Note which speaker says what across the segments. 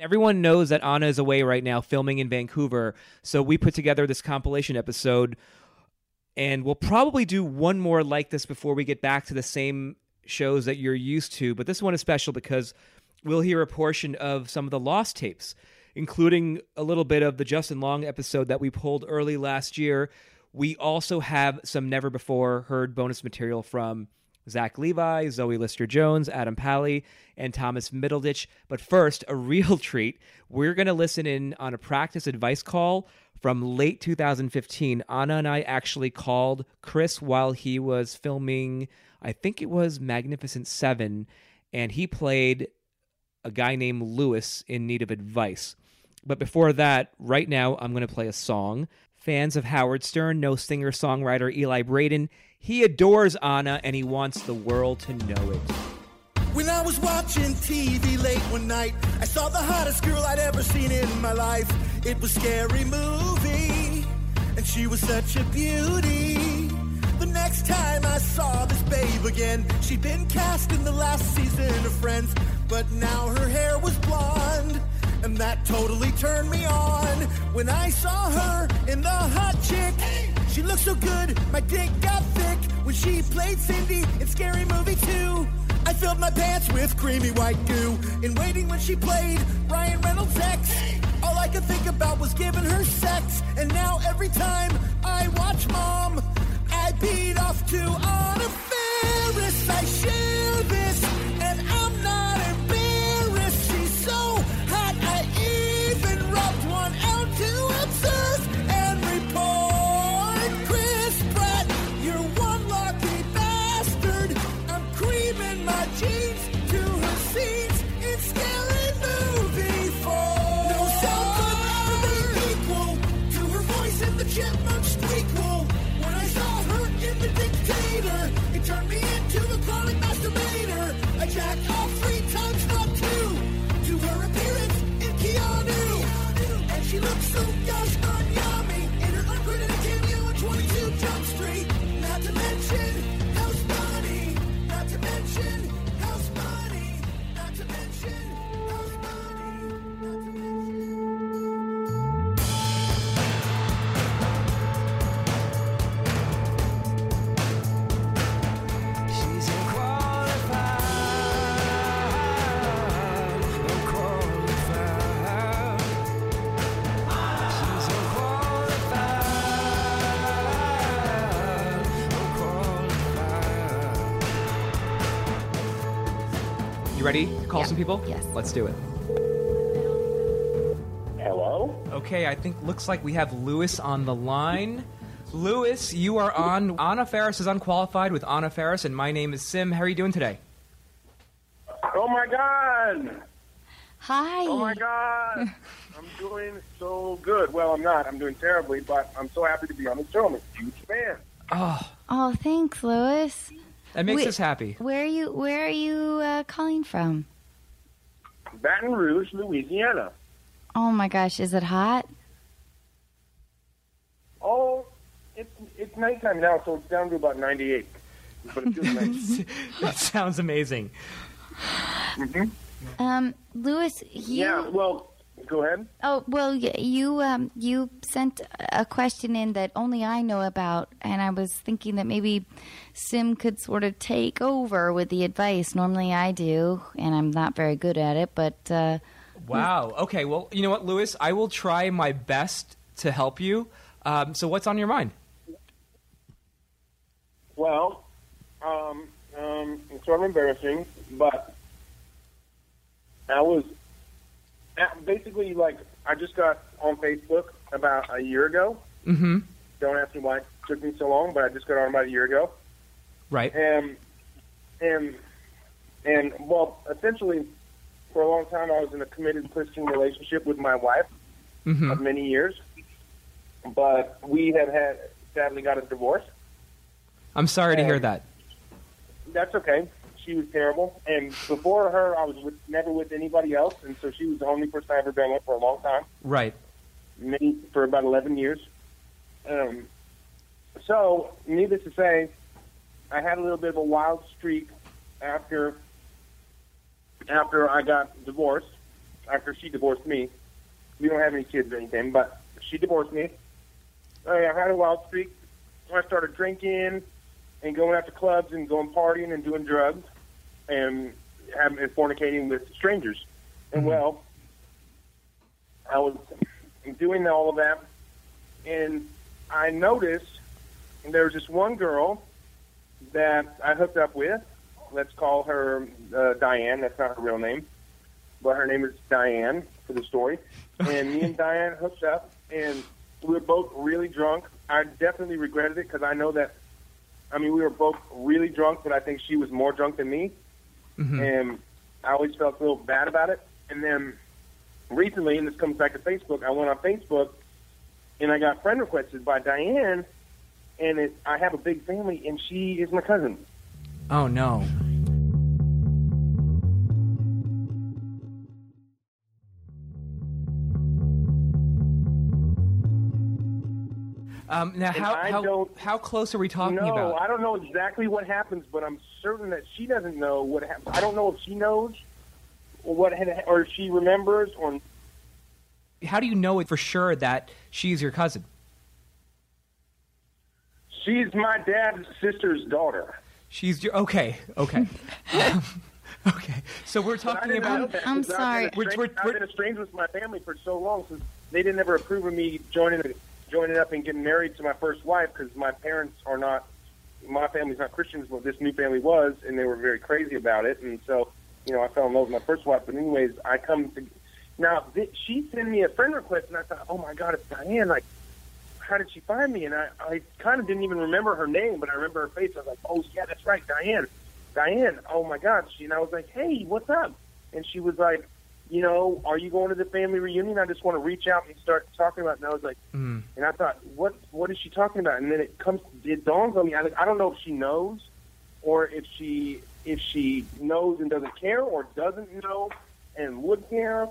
Speaker 1: Everyone knows that Anna is away right now filming in Vancouver, so we put together this compilation episode and we'll probably do one more like this before we get back to the same shows that you're used to, but this one is special because we'll hear a portion of some of the lost tapes, including a little bit of the Justin Long episode that we pulled early last year. We also have some never before heard bonus material from Zach Levi, Zoe Lister Jones, Adam Pally, and Thomas Middleditch. But first, a real treat. We're going to listen in on a practice advice call from late 2015. Anna and I actually called Chris while he was filming, I think it was Magnificent Seven, and he played a guy named Lewis in need of advice. But before that, right now, I'm going to play a song. Fans of Howard Stern know singer songwriter Eli Braden. He adores Anna and he wants the world to know it.
Speaker 2: When I was watching TV late one night, I saw the hottest girl I'd ever seen in my life. It was scary movie, and she was such a beauty. The next time I saw this babe again, she'd been cast in the last season of Friends, but now her hair was blonde, and that totally turned me on. When I saw her in the hot chick, she looked so good, my dick got thick. When she played Cindy in Scary Movie 2, I filled my pants with creamy white goo. In waiting when she played Ryan Reynolds' ex, all I could think about was giving her sex. And now every time I watch Mom, I beat off to Anna Ferris. I share this, and I'm not embarrassed. She's so hot, I even rubbed one out to obsess and report. Chris Pratt, you're one lucky bastard. I'm creaming my jeans to her seats. It's scary movie four. No sound good for me equal to her voice in the chipmunk squeakquel. When I saw her in the dictator, it turned me into a chronic masturbator. I jacked off three times, not two, to her appearance in Keanu. And she looked so gosh darn yummy in her uncredited cameo on 22 Jump Street. Not to mention House Bunny. Not to mention House Bunny. Not to mention House Bunny. Not to mention.
Speaker 3: She's unqualified, unqualified. She's unqualified, unqualified.
Speaker 1: You ready to call
Speaker 4: Yeah.
Speaker 1: some people?
Speaker 4: Yes.
Speaker 1: Let's do it.
Speaker 5: Hello?
Speaker 1: Okay, I think looks like we have Lewis on the line. Lewis, you are on. Anna Ferris is unqualified with Anna Ferris, and my name is Sim. How are you doing today?
Speaker 5: Oh my god!
Speaker 4: Hi.
Speaker 5: Oh my god! I'm doing so good. Well, I'm not. I'm doing terribly, but I'm so happy to be on the show. I'm a huge fan.
Speaker 4: Oh, thanks, Lewis.
Speaker 1: That makes
Speaker 4: Wait.
Speaker 1: us happy.
Speaker 4: Where are you? Where are you uh, calling from?
Speaker 5: Baton Rouge, Louisiana.
Speaker 4: Oh my gosh, is it hot?
Speaker 5: Oh, it's it's nighttime now, so it's down to about 98. But it feels nice.
Speaker 1: that sounds amazing.
Speaker 4: Um, Lewis, you.
Speaker 5: Yeah. Well, go ahead.
Speaker 4: Oh well, y- you um, you sent a question in that only I know about, and I was thinking that maybe Sim could sort of take over with the advice. Normally I do, and I'm not very good at it, but uh,
Speaker 1: Wow. Okay. Well, you know what, Lewis? I will try my best to help you. Um, so, what's on your mind?
Speaker 5: Well, um, um, it's sort of embarrassing, but I was at- basically like I just got on Facebook about a year ago.
Speaker 1: Mm-hmm.
Speaker 5: Don't ask me why it took me so long, but I just got on about a year ago,
Speaker 1: Right.
Speaker 5: and and and well, essentially, for a long time I was in a committed Christian relationship with my wife
Speaker 1: Mm-hmm.
Speaker 5: of many years, but we have had sadly got a divorce.
Speaker 1: I'm sorry to hear
Speaker 5: Um,
Speaker 1: that.
Speaker 5: That's okay. She was terrible, and before her, I was with, never with anybody else, and so she was the only person I ever been with for a long time,
Speaker 1: Right.
Speaker 5: many for about eleven years. Um, so, needless to say, I had a little bit of a wild streak after after I got divorced. after she divorced me. We don't have any kids or anything, but she divorced me. I I had a wild streak. So I started drinking and going out to clubs and going partying and doing drugs and having and fornicating with strangers. And well, I was doing all of that, and I noticed there was this one girl that I hooked up with. Let's call her uh, Diane. That's not her real name, but her name is Diane for the story. And me and Diane hooked up, and we were both really drunk. I definitely regretted it because I know that. I mean, we were both really drunk, but I think she was more drunk than me
Speaker 1: Hmm.
Speaker 5: and I always felt a little bad about it. And then recently, and this comes back to Facebook, I went on Facebook and I got friend requested by Diane, and it, I have a big family, and she is my cousin.
Speaker 1: Oh no. Um, now,
Speaker 5: And
Speaker 1: how,
Speaker 5: I
Speaker 1: how, how close are we talking
Speaker 5: no,
Speaker 1: about?
Speaker 5: I don't know exactly what happens, but I'm certain that she doesn't know what happens. I don't know if she knows or what, had- or if she remembers, or
Speaker 1: How do you know it for sure that she's your cousin?
Speaker 5: she's my dad's sister's daughter.
Speaker 1: She's your, okay, okay, um, okay. So we're
Speaker 5: I
Speaker 1: talking
Speaker 5: didn't know
Speaker 1: about.
Speaker 5: that, 'cause I've been,
Speaker 1: We're, we're,
Speaker 5: estranged, I've been estranged with my family for so long since they didn't ever approve of me joining joining up and getting married to my first wife because my parents are not my family's not Christians, but this new family was, and they were very crazy about it. And so, you know, I fell in love with my first wife. But anyways, I come to now. Th- she sent me a friend request, and I thought, oh my god, it's Diane. Like, how did she find me? And I, I kind of didn't even remember her name, but I remember her face. I was like, oh yeah, that's right, Diane. Diane. Oh my god. She and I was like, hey, what's up? And she was like, you know, are you going to the family reunion? I just want to reach out and start talking about. It. And I was like.
Speaker 1: Mm.
Speaker 5: And I thought, what what is she talking about? And then it comes, it dawns on me. I, I don't know if she knows, or if she if she knows and doesn't care, or doesn't know and would care,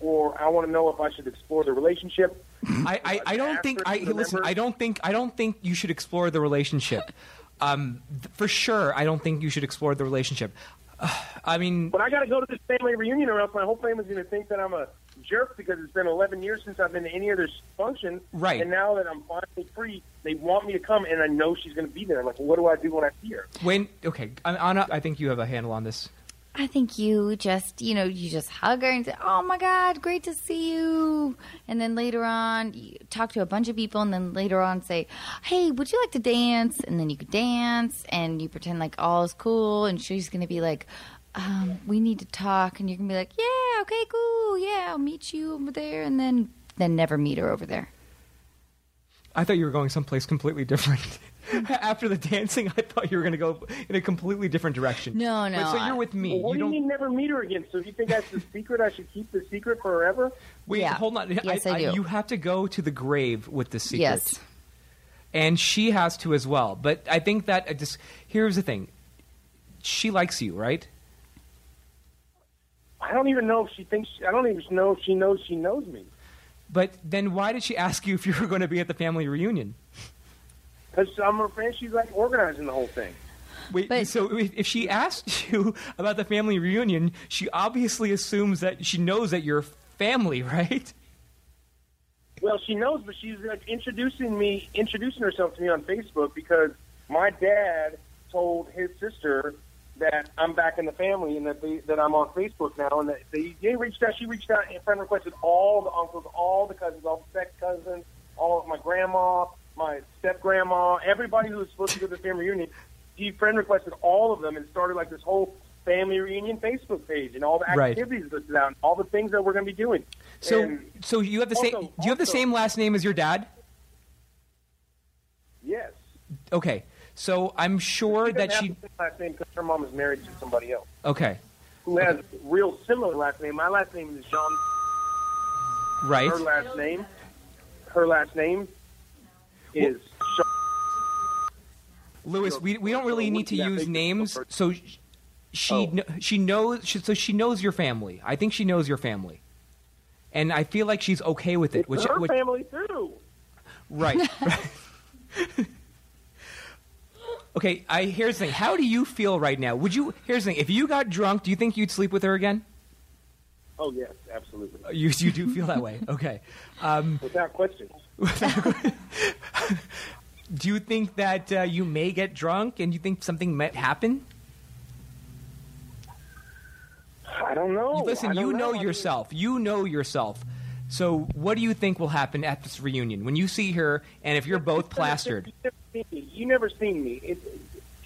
Speaker 5: or I want to know if I should explore the relationship.
Speaker 1: I, I, I don't think I
Speaker 5: After the
Speaker 1: listen.
Speaker 5: members-
Speaker 1: I don't think I don't think you should explore the relationship. Um, th- for sure, I don't think you should explore the relationship. Uh, I mean,
Speaker 5: But I got to go to this family reunion, or else my whole family's going to think that I'm a jerk because it's been 11 years since I've been to any other function.
Speaker 1: Right.
Speaker 5: And now that I'm finally free, they want me to come, and I know she's going to be there. Like, what do I do when I see her?
Speaker 1: when okay, An- Anna, I think you have a handle on this.
Speaker 4: I think you just, you know, you just hug her and say, "Oh my God, great to see you," and then later on, you talk to a bunch of people, and then later on, say, "Hey, would you like to dance?" And then you could dance, and you pretend like all is cool, and she's gonna be like, um, "We need to talk," and you're gonna be like, "Yeah, okay, cool, yeah, I'll meet you over there," and then then never meet her over there.
Speaker 1: I thought you were going someplace completely different. After the dancing, I thought you were going to go in a completely different direction.
Speaker 4: No, no,
Speaker 1: But, so
Speaker 4: I-
Speaker 1: you're with me.
Speaker 5: Well, what
Speaker 1: you
Speaker 5: do you
Speaker 1: don't.
Speaker 5: mean never meet her again? So you think that's the secret? I should keep the secret forever?
Speaker 1: Wait,
Speaker 4: Yeah.
Speaker 1: hold on.
Speaker 4: Yes, I do.
Speaker 1: you have to go to the grave with the secret.
Speaker 4: Yes.
Speaker 1: and she has to as well. But I think that I just here's the thing: she likes you, right?
Speaker 5: I don't even know if she thinks. I don't even know if she knows she knows me
Speaker 1: But then why did she ask you if you were going to be at the family reunion?
Speaker 5: because I'm her friend. She's like organizing the whole thing.
Speaker 1: Wait,
Speaker 4: But-
Speaker 1: so if if she asked you about the family reunion, she obviously assumes that she knows that you're family, right?
Speaker 5: Well, she knows, but she's like introducing me, introducing herself to me on Facebook because my dad told his sister that I'm back in the family and that they, that I'm on Facebook now, and that they, they reached out. She reached out and friend requested all the uncles, all the cousins, all the step cousins, all of my grandma, my step grandma, everybody who was supposed to go to the family reunion. She friend requested all of them and started like this whole family reunion Facebook page and all the
Speaker 1: Right.
Speaker 5: activities listed out, and all the things that we're going to be doing.
Speaker 1: So,
Speaker 5: And-
Speaker 1: so you have the same.
Speaker 5: also-
Speaker 1: Do you have the
Speaker 5: also-
Speaker 1: same last name as your dad?
Speaker 5: Yes.
Speaker 1: Okay, so I'm sure
Speaker 5: doesn't
Speaker 1: that
Speaker 5: have
Speaker 1: she.
Speaker 5: the same last name because her mom is married to somebody else
Speaker 1: Okay,
Speaker 5: who has real similar last name. My last name is Jean.
Speaker 1: right.
Speaker 5: Her last name. Her last name is. Jean.
Speaker 1: Lewis, we, we don't really need to
Speaker 5: Yeah, they
Speaker 1: use
Speaker 5: just-
Speaker 1: names. So sh- she
Speaker 5: Oh.
Speaker 1: kn- she knows she, so she knows your family. I think she knows your family, and I feel like she's okay with it. Which,
Speaker 5: her
Speaker 1: which
Speaker 5: family too.
Speaker 1: right. okay. I here's the thing. How do you feel right now? Would you here's the thing. If you got drunk, do you think you'd sleep with her again?
Speaker 5: Oh yes, absolutely,
Speaker 1: Uh, You, you do feel that way. Okay. Um,
Speaker 5: without question.
Speaker 1: do you think that uh, you may get drunk and you think something might happen?
Speaker 5: I don't know. I
Speaker 1: Listen,
Speaker 5: don't
Speaker 1: you know,
Speaker 5: I mean,
Speaker 1: yourself. You know yourself. So what do you think will happen at this reunion when you see her and if you're both plastered?
Speaker 5: You never seen me. You never seen me. It,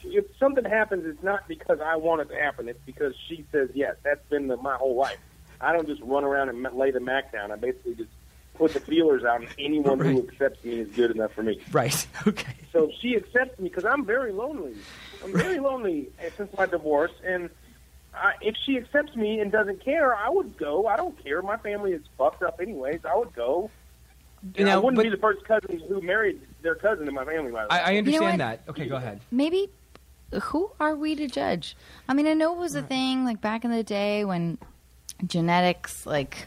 Speaker 5: if something happens, it's not because I want it to happen. It's because she says yes. That's been the, my whole life. I don't just run around and ma- lay the mac down. I basically just put the feelers out, and anyone who
Speaker 1: Right.
Speaker 5: accepts me is good enough for me.
Speaker 1: Right. Okay.
Speaker 5: So she accepts me because I'm very lonely. I'm very lonely eh, since my divorce, and I, if she accepts me and doesn't care, I would go. I don't care. My family is fucked up anyways. I would go. And I
Speaker 1: Now,
Speaker 5: wouldn't
Speaker 1: but
Speaker 5: be the first cousin who married their cousin in my family. By the way.
Speaker 1: I, I understand
Speaker 4: what?
Speaker 1: that. Okay, go ahead.
Speaker 4: maybe who are we to judge? I mean, I know it was a thing like back in the day when genetics, like,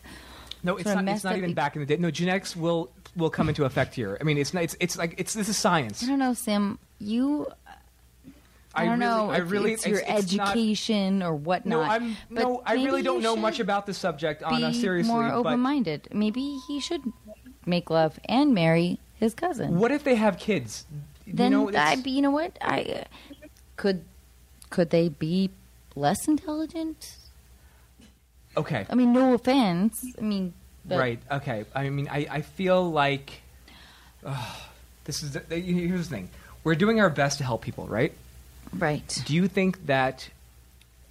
Speaker 1: No, it's
Speaker 4: Sort of
Speaker 1: not. It's
Speaker 4: messed
Speaker 1: not
Speaker 4: up
Speaker 1: even
Speaker 4: peop-
Speaker 1: back in the day. No, genetics will will come into effect here. I mean, it's not. It's, it's like it's this is science.
Speaker 4: I don't know, Sim, you. I, don't
Speaker 1: really,
Speaker 4: know.
Speaker 1: I
Speaker 4: if
Speaker 1: really.
Speaker 4: it's your
Speaker 1: it's not-
Speaker 4: education or whatnot.
Speaker 1: no, I'm.
Speaker 4: but
Speaker 1: no, I
Speaker 4: maybe
Speaker 1: really don't
Speaker 4: you
Speaker 1: know much
Speaker 4: should
Speaker 1: about the subject, Anna.
Speaker 4: be
Speaker 1: Seriously,
Speaker 4: more
Speaker 1: but
Speaker 4: open-minded. Maybe he should make love and marry his cousin.
Speaker 1: what if they have kids?
Speaker 4: then
Speaker 1: you know, it's-
Speaker 4: I'd be, you know what? I could could they be less intelligent?
Speaker 1: okay.
Speaker 4: I mean, no offense. I mean, but
Speaker 1: Right. Okay. I mean, I, I feel like ugh, this is the, the- here's the thing. We're doing our best to help people, right?
Speaker 4: right.
Speaker 1: Do you think that?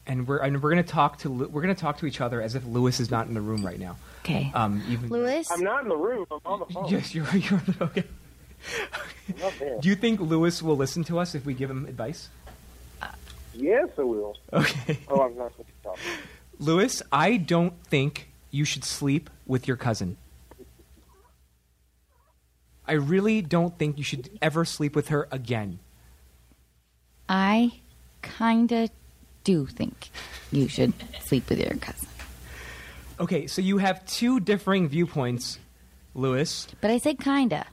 Speaker 1: And we're and we're gonna talk to Lu- we're gonna talk to each other as if Lewis is not in the room right now.
Speaker 4: Okay,
Speaker 1: Um, even
Speaker 4: Lewis.
Speaker 5: I'm not in the room. I'm on the phone.
Speaker 1: Yes, you're you're okay.
Speaker 5: I'm up there.
Speaker 1: Do you think Lewis will listen to us if we give him advice?
Speaker 5: Yes, I will.
Speaker 1: Okay.
Speaker 5: Oh, I'm not supposed to talk.
Speaker 1: Lewis, I don't think you should sleep with your cousin. I really don't think you should ever sleep with her again.
Speaker 4: I kinda do think you should sleep with your cousin,
Speaker 1: Okay, so you have two differing viewpoints, Lewis.
Speaker 4: but I say kinda.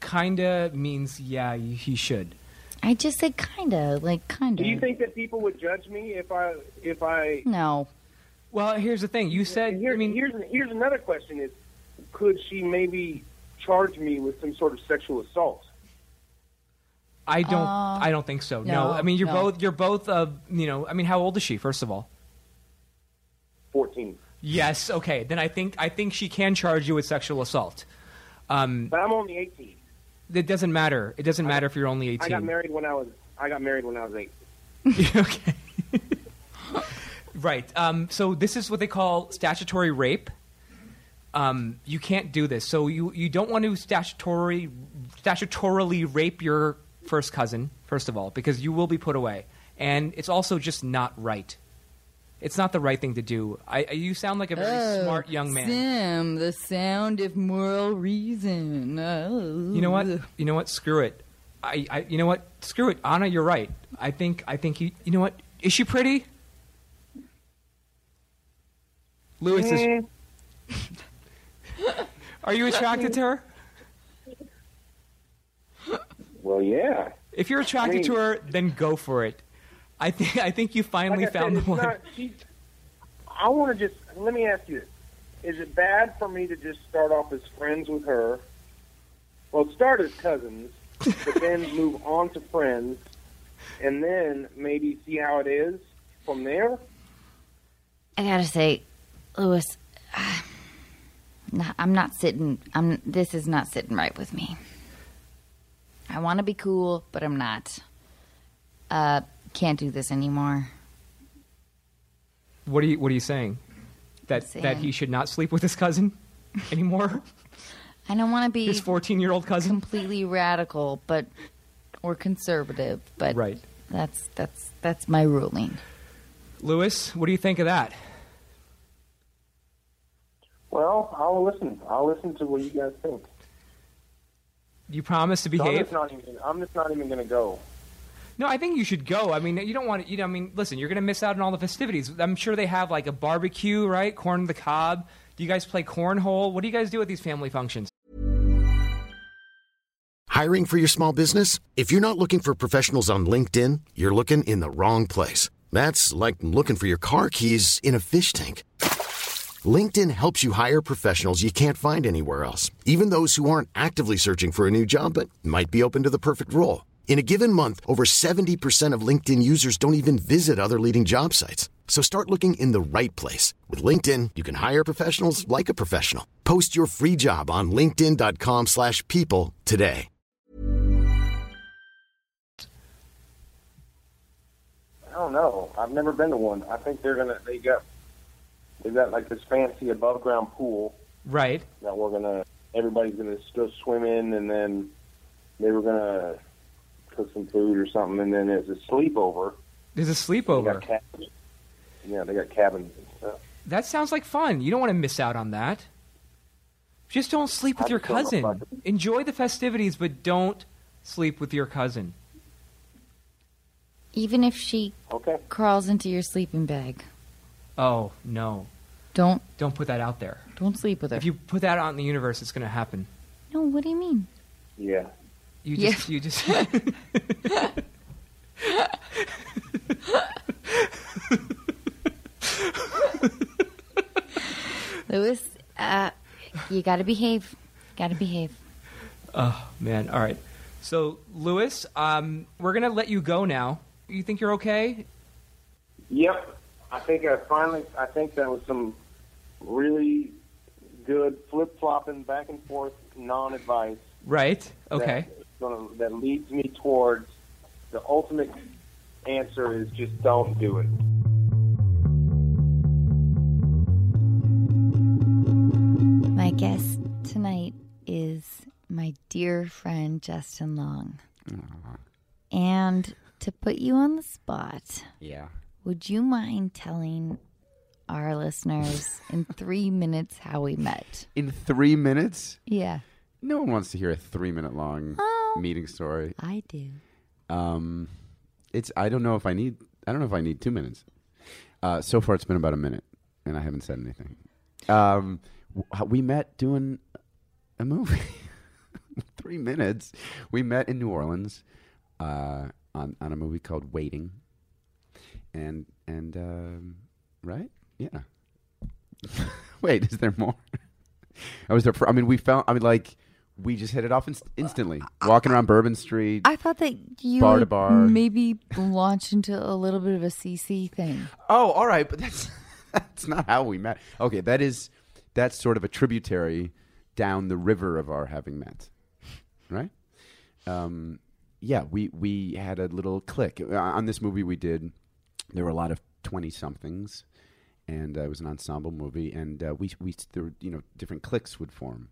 Speaker 1: Kinda means yeah, y- he should.
Speaker 4: I just said kinda, like kinda.
Speaker 5: Do you think that people would judge me if I if I?
Speaker 4: no,
Speaker 1: Well, here's the thing. You said
Speaker 5: And here,
Speaker 1: I mean
Speaker 5: here's here's another question: Is could she maybe charge me with some sort of sexual assault?
Speaker 1: I don't
Speaker 4: Uh,
Speaker 1: I don't think so. No.
Speaker 4: no,
Speaker 1: I mean you're
Speaker 4: no.
Speaker 1: both you're both uh, you know, I mean how old is she first of all?
Speaker 5: Fourteen.
Speaker 1: Yes, okay. Then I think I think she can charge you with sexual assault. Um,
Speaker 5: But I'm only eighteen.
Speaker 1: it doesn't matter. It doesn't matter if you're only 18.
Speaker 5: I got married when I was I got married when I was eight.
Speaker 1: okay. right. Um, so this is what they call statutory rape. Um, you can't do this. So you, you don't want to statutory statutorily rape your first cousin, first of all, because you will be put away. And it's also just not right. It's not the right thing to do. I, I- you sound like a very smart young man.
Speaker 4: Oh, Sim, the sound of moral reason. Oh.
Speaker 1: You know what? You know what? Screw it. I, I you know what? Screw it. Anna, you're right. I think I think you you know what? Is she pretty? Louis
Speaker 5: Mm,
Speaker 1: is Are you attracted to her?
Speaker 5: Well, yeah.
Speaker 1: If you're attracted to her, then go for it. I think I think you finally
Speaker 5: Like I
Speaker 1: found
Speaker 5: said,
Speaker 1: the
Speaker 5: it's
Speaker 1: one.
Speaker 5: not- she- I want to just let me ask you this: Is it bad for me to just start off as friends with her? Well, start as cousins, but then move on to friends, and then maybe see how it is from there.
Speaker 4: I gotta say, Lewis, nah, I'm not sitting. I'm. This is not sitting right with me. I want to be cool, but I'm not. Uh, can't do this anymore.
Speaker 1: What are you what are you saying? That
Speaker 4: I'm
Speaker 1: that
Speaker 4: saying-
Speaker 1: he should not sleep with his cousin anymore?
Speaker 4: I don't want to be
Speaker 1: his 14-year-old cousin?
Speaker 4: completely radical, but or conservative. But
Speaker 1: Right.
Speaker 4: That's that's that's my ruling.
Speaker 1: Louis, what do you think of that?
Speaker 5: Well, I'll listen. I'll listen to what you guys think.
Speaker 1: You promise to
Speaker 5: So I'm
Speaker 1: behave?
Speaker 5: just not even. I'm just not even going to go.
Speaker 1: No, I think you should go. I mean, you don't want to. You know, I mean, listen, you're going to miss out on all the festivities. I'm sure they have like a barbecue, right? Corn on the cob. Do you guys play cornhole? What do you guys do at these family functions?
Speaker 6: Hiring for your small business? If you're not looking for professionals on LinkedIn, you're looking in the wrong place. That's like looking for your car keys in a fish tank. LinkedIn helps you hire professionals you can't find anywhere else, even those who aren't actively searching for a new job but might be open to the perfect role. In a given month, over 70% of LinkedIn users don't even visit other leading job sites. So start looking in the right place. With LinkedIn, you can hire professionals like a professional. Post your free job on linkedin.com slash people today.
Speaker 5: I don't know. I've never been to one. I think they're gonna. They got. They got like this fancy above ground pool
Speaker 1: Right.
Speaker 5: that we're gonna. Everybody's gonna go swim in, and then they were gonna cook some food or something, and then it's a sleepover.
Speaker 1: There's a
Speaker 5: They
Speaker 1: sleepover.
Speaker 5: got cabins. Yeah, they got cabins and stuff.
Speaker 1: That sounds like fun. You don't want to miss out on that. Just don't sleep with
Speaker 5: I
Speaker 1: your
Speaker 5: just don't know if I
Speaker 1: cousin. Enjoy the festivities, but don't sleep with your cousin.
Speaker 4: Even if she
Speaker 5: Okay.
Speaker 4: crawls into your sleeping bag,
Speaker 1: Oh no!
Speaker 4: don't
Speaker 1: Don't put that out there.
Speaker 4: don't sleep with her.
Speaker 1: If you put that out in the universe, it's going to happen.
Speaker 4: no, what do you mean?
Speaker 5: Yeah.
Speaker 1: You
Speaker 4: Yeah.
Speaker 1: just, you just.
Speaker 4: Lewis, uh, you got to behave. Got to behave.
Speaker 1: oh man! All right. So Lewis, um, we're going to let you go now. You think you're okay?
Speaker 5: Yep. I think I finally. I think that was some really good flip flopping back and forth non advice.
Speaker 1: Right. Okay.
Speaker 5: That, gonna, that leads me towards the ultimate answer is just don't do it.
Speaker 4: My guest tonight is my dear friend Justin Long. And to put you on the spot,
Speaker 7: Yeah.
Speaker 4: would you mind telling our listeners in three minutes how we met?
Speaker 7: In three minutes?
Speaker 4: Yeah,
Speaker 7: No one wants to hear a three minute long
Speaker 4: Oh.
Speaker 7: meeting story.
Speaker 4: I do.
Speaker 7: Um, it's I don't know if I need I don't know if I need two minutes. Uh, so far, it's been about a minute, and I haven't said anything. Um, w- we met doing a movie. Three minutes. We met in New Orleans uh, on on a movie called Waiting, and and um, right, yeah. Wait, is there more? I was there for. I mean, we found. I mean, like we just hit it off inst- instantly. Walking around Bourbon Street.
Speaker 4: Uh, I thought that you
Speaker 7: Bar to
Speaker 4: would
Speaker 7: bar.
Speaker 4: maybe launch into a little bit of a CC thing.
Speaker 7: Oh, all right, but that's that's not how we met. Okay, that is that's sort of a tributary down the river of our having met, right? Um, yeah, we we had a little click Uh, on this movie we did. There were a lot of twenty somethings, and uh, it was an ensemble movie, and uh, we we there were, you know different cliques would form,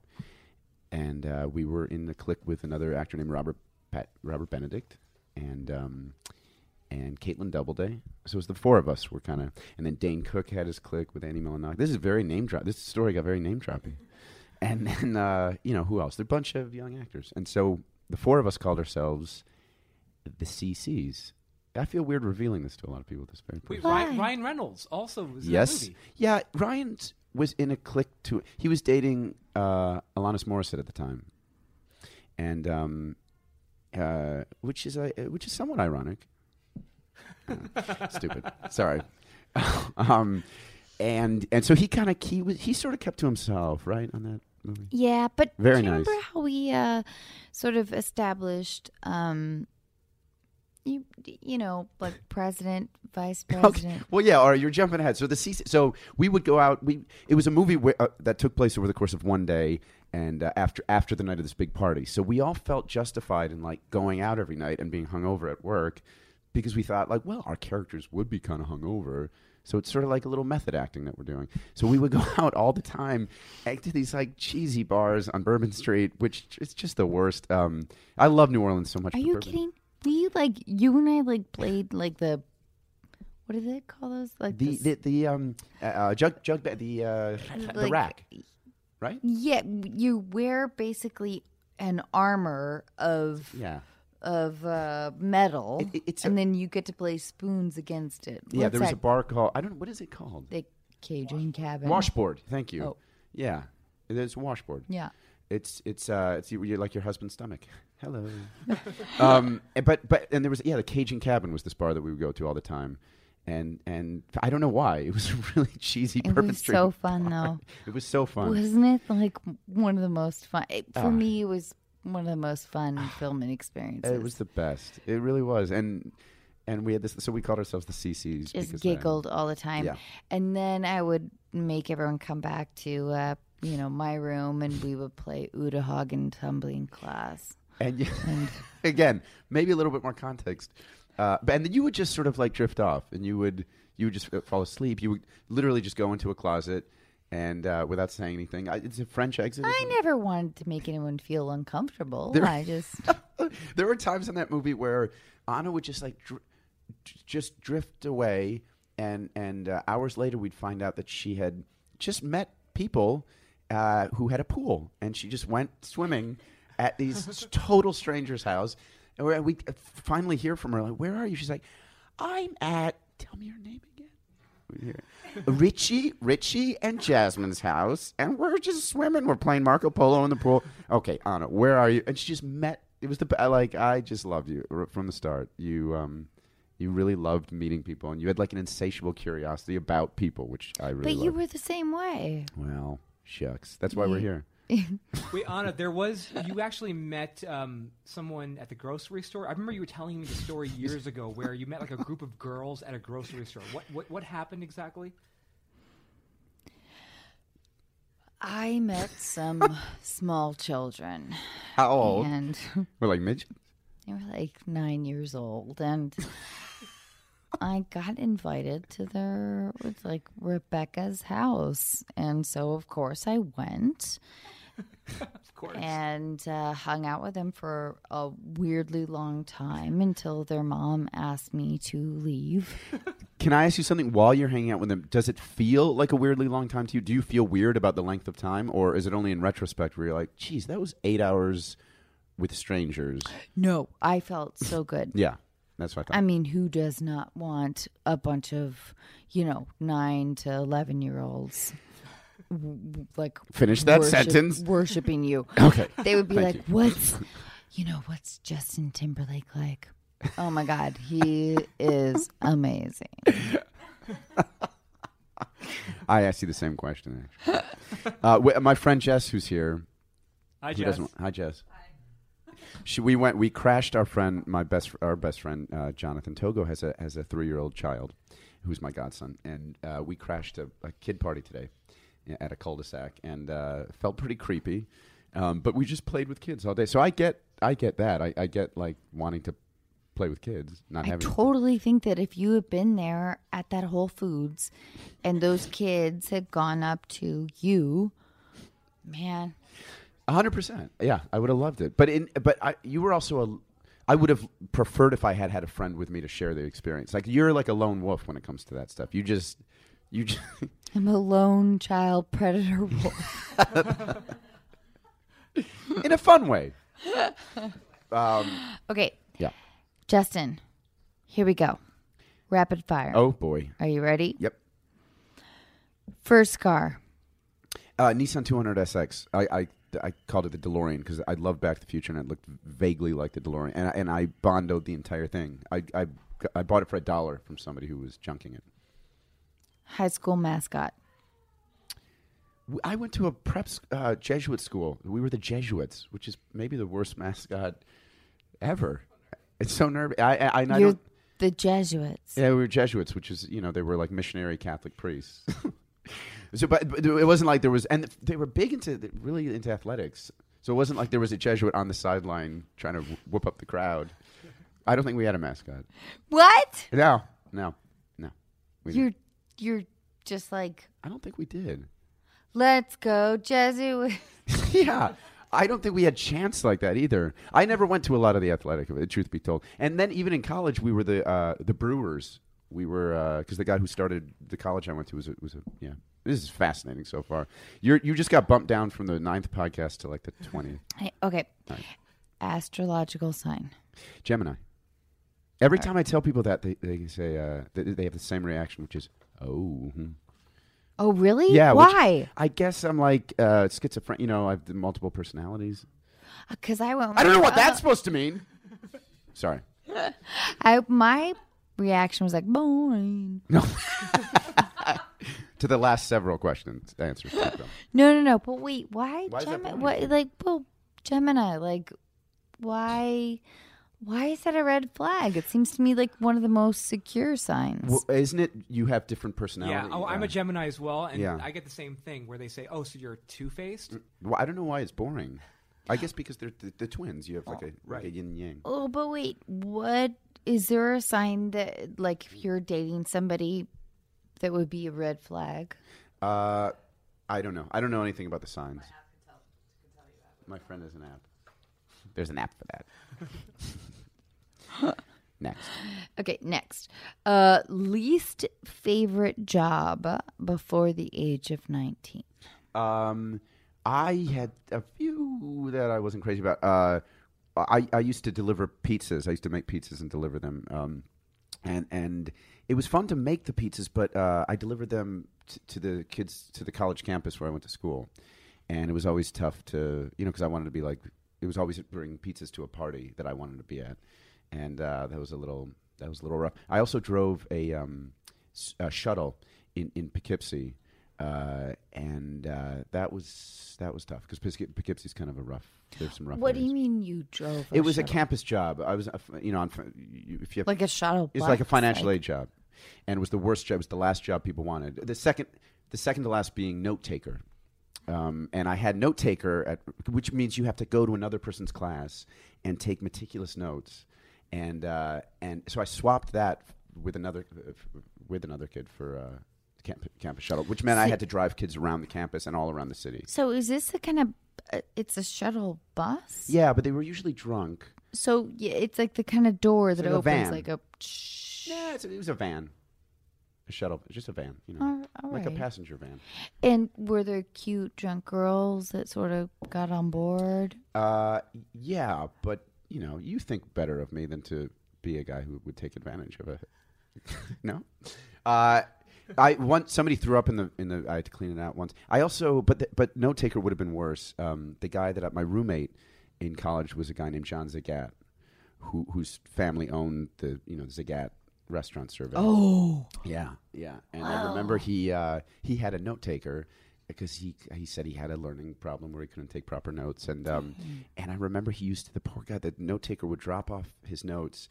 Speaker 7: and uh, we were in the clique with another actor named Robert Pat, Robert Benedict, and. Um, and Caitlin Doubleday. So it was the four of us were kind of, and then Dane Cook had his click with Andy Milanock. This is very name drop. This story got very name droppy. And then uh, you know who else? There are a bunch of young actors, and so the four of us called ourselves the CCs. I feel weird revealing this to a lot of people at this very point.
Speaker 1: Wait, Ryan, Ryan Reynolds also was in
Speaker 7: yes,
Speaker 1: the movie.
Speaker 7: yeah. Ryan was in a click to. He was dating uh, Alanis Morissette at the time, and um, uh, which is uh, which is somewhat ironic stupid. Sorry. um, and and so he kind of he was he sort of kept to himself, right, on that movie.
Speaker 4: Yeah, but
Speaker 7: Very
Speaker 4: do you
Speaker 7: nice.
Speaker 4: remember how we uh, sort of established, um, you you know, like president, vice president.
Speaker 7: Okay. Well, yeah. All right, you're jumping ahead. So the CC, so we would go out. We it was a movie where, uh, that took place over the course of one day, and uh, after after the night of this big party. So we all felt justified in like going out every night and being hungover at work, because we thought like, well, our characters would be kind of hungover. So it's sort of like a little method acting that we're doing. So we would go out all the time and to these like cheesy bars on Bourbon Street, which is just the worst. Um, I love New Orleans so much.
Speaker 4: Are
Speaker 7: for
Speaker 4: you
Speaker 7: bourbon.
Speaker 4: kidding? We like you and I like played like the what do they call those? Like
Speaker 7: The
Speaker 4: this-
Speaker 7: the, the um uh, uh, jug jug ba- the uh, the
Speaker 4: Like-
Speaker 7: rack, right?
Speaker 4: yeah. You wear basically an armor of
Speaker 7: Yeah.
Speaker 4: of uh, metal,
Speaker 7: It- it- it's a-
Speaker 4: and then you get to play spoons against it.
Speaker 7: Yeah,
Speaker 4: What's
Speaker 7: there was a
Speaker 4: that-
Speaker 7: bar called I don't know what is it called?
Speaker 4: the Cajun cabin.
Speaker 7: Washboard. Thank you.
Speaker 4: Oh.
Speaker 7: Yeah. There's a washboard.
Speaker 4: Yeah.
Speaker 7: It's it's uh it's you- you're like your husband's stomach. Hello. um and- but but and there was yeah, the Cajun Cabin was this bar that we would go to all the time. and and I don't know why it was a really cheesy
Speaker 4: It
Speaker 7: purpose
Speaker 4: was
Speaker 7: driven
Speaker 4: so fun,
Speaker 7: bar. It was so fun.
Speaker 4: Wasn't it like one of the most fun? It, for
Speaker 7: Ah.
Speaker 4: me, it was one of the most fun filming experiences.
Speaker 7: It was the best. It really was. And and we had this so we called ourselves the CCs because of
Speaker 4: just
Speaker 7: that.
Speaker 4: giggled all the time.
Speaker 7: Yeah.
Speaker 4: And then I would make everyone come back to uh, you know my room, and we would play Uta Hagen tumbling class.
Speaker 7: And you, again, maybe a little bit more context. Uh, but, and then you would just sort of like drift off, and you would you would just uh, fall asleep. You would literally just go into a closet and uh, without saying anything. I, it's a French exit.
Speaker 4: I
Speaker 7: isn't it?
Speaker 4: never wanted to make anyone feel uncomfortable.
Speaker 7: There-
Speaker 4: I just
Speaker 7: there were times in that movie where Anna would just like dr- j- just drift away, and and uh, hours later we'd find out that she had just met people uh, who had a pool, and she just went swimming at these total strangers' house, and we- we finally hear from her like, "Where are you?" She's like, "I'm at." Tell me your name again. Richie, Richie, and Jasmine's house, and we're just swimming. We're playing Marco Polo in the pool. Okay, Anna, where are you? And she just met. It was the I like. I just love you r- from the start. You um, you really loved meeting people, and you had like an insatiable curiosity about people, which I really.
Speaker 4: but you
Speaker 7: loved.
Speaker 4: were the same way.
Speaker 7: well, shucks. That's why we're here.
Speaker 1: Wait, Anna, there was you actually met um, someone at the grocery store. I remember you were telling me the story years ago where you met like a group of girls at a grocery store. What what what happened exactly?
Speaker 4: I met some small children,
Speaker 7: How old?
Speaker 4: and
Speaker 7: We're like midget.
Speaker 4: they were like nine years old, and. I got invited to their it was like Rebecca's house, and so of course I went.
Speaker 1: Of course.
Speaker 4: and uh, hung out with them for a weirdly long time until their mom asked me to leave.
Speaker 7: Can I ask you something? While you're hanging out with them, does it feel like a weirdly long time to you? Do you feel weird about the length of time, or is it only in retrospect where you're like, "Geez, that was eight hours with strangers"?
Speaker 4: No, I felt so good.
Speaker 7: Yeah, that's what I thought.
Speaker 4: I mean, who does not want a bunch of, you know, nine to eleven year olds? Like
Speaker 7: Finish that
Speaker 4: worship-
Speaker 7: sentence.
Speaker 4: Worshiping you.
Speaker 7: Okay.
Speaker 4: They would be
Speaker 7: Thank
Speaker 4: like, "What's, you know, what's Justin Timberlake like? Oh my God, he is amazing."
Speaker 7: I asked you the same question. Actually, uh, wh- my friend Jess, who's here,
Speaker 1: Hi,
Speaker 7: who
Speaker 1: Jess.
Speaker 7: doesn't- Hi, Jess. She, we went. We crashed our friend, my best, our best friend, uh, Jonathan Togo has a has a three year old child, who's my godson, and uh, we crashed a, a kid party today yeah, at a cul de sac, and uh, felt pretty creepy. Um, but we just played with kids all day, so I get I get that. I, I get like wanting to play with kids, not
Speaker 4: I
Speaker 7: having
Speaker 4: totally think that if you had been there at that Whole Foods and those kids had gone up to you, man,
Speaker 7: A hundred percent. Yeah, I would have loved it. But in but I, you were also a. I would have preferred if I had had a friend with me to share the experience. Like you're like a lone wolf when it comes to that stuff. You just, you just.
Speaker 4: I'm a lone child predator. wolf.
Speaker 7: in a fun way. Um,
Speaker 4: okay,
Speaker 7: Yeah.
Speaker 4: Justin, here we go. Rapid fire.
Speaker 7: Oh boy.
Speaker 4: Are you ready?
Speaker 7: Yep.
Speaker 4: First car.
Speaker 7: Uh, Nissan 200 SX. I, I I called it the DeLorean because I love Back to the Future and it looked vaguely like the DeLorean. And I, and I bondoed the entire thing. I, I I bought it for a dollar from somebody who was junking it.
Speaker 4: High school mascot.
Speaker 7: W- I went to a prep s- uh, Jesuit school. We were the Jesuits, which is maybe the worst mascot ever. It's so nervy. I, I, I, and I
Speaker 4: You're
Speaker 7: don't.
Speaker 4: the Jesuits.
Speaker 7: Yeah, we were Jesuits, which is you know they were like missionary Catholic priests. so, but, but it wasn't like there was, and they were big into really into athletics. So it wasn't like there was a Jesuit on the sideline trying to wh- whoop up the crowd. I don't think we had a mascot.
Speaker 4: What?
Speaker 7: No, no, no. We didn't.
Speaker 4: You're you're just like
Speaker 7: I don't think we did.
Speaker 4: let's go Jesuit.
Speaker 7: yeah. I don't think we had chance like that either. I never went to a lot of the athletic, uh, truth be told. And then even in college, we were the uh, the Brewers. We were because the guy who started the college I went to was a, was a yeah. This is fascinating so far. You you just got bumped down from the ninth podcast to like the twentieth.
Speaker 4: Hey, okay. Astrological sign.
Speaker 7: Gemini. Every time I tell people that, they they say uh, they, they have the same reaction, which is oh. hmm."
Speaker 4: Oh, really?
Speaker 7: Yeah, which
Speaker 4: Why?
Speaker 7: I guess I'm like uh, schizophrenic. You know, I have multiple personalities.
Speaker 4: Because I went.
Speaker 7: I don't know what
Speaker 4: that.
Speaker 7: that's supposed to mean. Sorry.
Speaker 4: I my reaction was like, boring.
Speaker 7: to the last several questions answers to them.
Speaker 4: No, no, no. But wait, why,
Speaker 7: Why is that
Speaker 4: Gemini?
Speaker 7: boring?
Speaker 4: What, like, well, Gemini, like, why, why is that a red flag? It seems to me like one of the most secure signs.
Speaker 7: Well, isn't it you have different
Speaker 1: Yeah.
Speaker 7: personality?
Speaker 1: Oh, I'm a Gemini as well, and
Speaker 7: Yeah. Mm.
Speaker 1: I get the same thing where they say, "Oh, so you're two faced."
Speaker 7: Well, I don't know why it's boring. I guess because they're the, the twins. You have
Speaker 1: Oh,
Speaker 7: like a, like a yin yang.
Speaker 4: oh, but wait, what is there a sign that, like, if you're dating somebody, that would be a red flag?
Speaker 7: Uh, I don't know. I don't know anything about the signs. My friend has an app. There's an app for that. Next.
Speaker 4: Okay, next. Uh, least favorite job before the age of 19.
Speaker 7: Um, I had a few that I wasn't crazy about. Uh, I, I used to deliver pizzas. I used to make pizzas and deliver them. Um, and and it was fun to make the pizzas, but uh, I delivered them t- to the kids to the college campus where I went to school, and it was always tough to you know because I wanted to be like it was always bringing pizzas to a party that I wanted to be at, and uh, that was a little that was a little rough. I also drove a, um, s- a shuttle in in Poughkeepsie uh, and uh, that was that was tough because Poughkeepsie's kind of a rough. There's some rough.
Speaker 4: What do
Speaker 7: areas.
Speaker 4: you mean you drove?
Speaker 7: It was a
Speaker 4: shuttle?
Speaker 7: campus job. I was, a f- you know, on, f- you- if you have,
Speaker 4: Like a shuttle
Speaker 7: It's like a
Speaker 4: bus,
Speaker 7: financial
Speaker 4: like-
Speaker 7: aid job, and it was the worst job. It was the last job people wanted. The second, the second to last being note taker. Um, and I had note taker at, which means you have to go to another person's class and take meticulous notes, and uh, and so I swapped that with another with another kid for uh, camp, campus shuttle, which meant I had to drive kids around the campus and all around the city.
Speaker 4: So is this the kind of? Uh, it's a shuttle bus.
Speaker 7: Yeah, but they were usually drunk.
Speaker 4: So yeah, it's like the kind of door that
Speaker 7: like a
Speaker 4: opens
Speaker 7: van.
Speaker 4: like a.
Speaker 7: Nah, it's, it was a van, a shuttle, just a van, you know,
Speaker 4: All- all
Speaker 7: like
Speaker 4: right.
Speaker 7: a passenger van.
Speaker 4: And were there cute drunk girls that sort of got on board?
Speaker 7: Uh, yeah, but you know, you think better of me than to be a guy who would take advantage of a no. Uh, I once somebody threw up in the in the. I had to clean it out once. I also, but the, but no taker would have been worse. Um, the guy that I, my roommate in college was a guy named John Zagat, who whose family owned the you know Zagat restaurant service. Oh, yeah, yeah. And I remember he uh, he had a note taker because he he said he had a learning problem where he couldn't take proper notes, and um, and I remember he used to the poor guy. The note taker would drop off his notes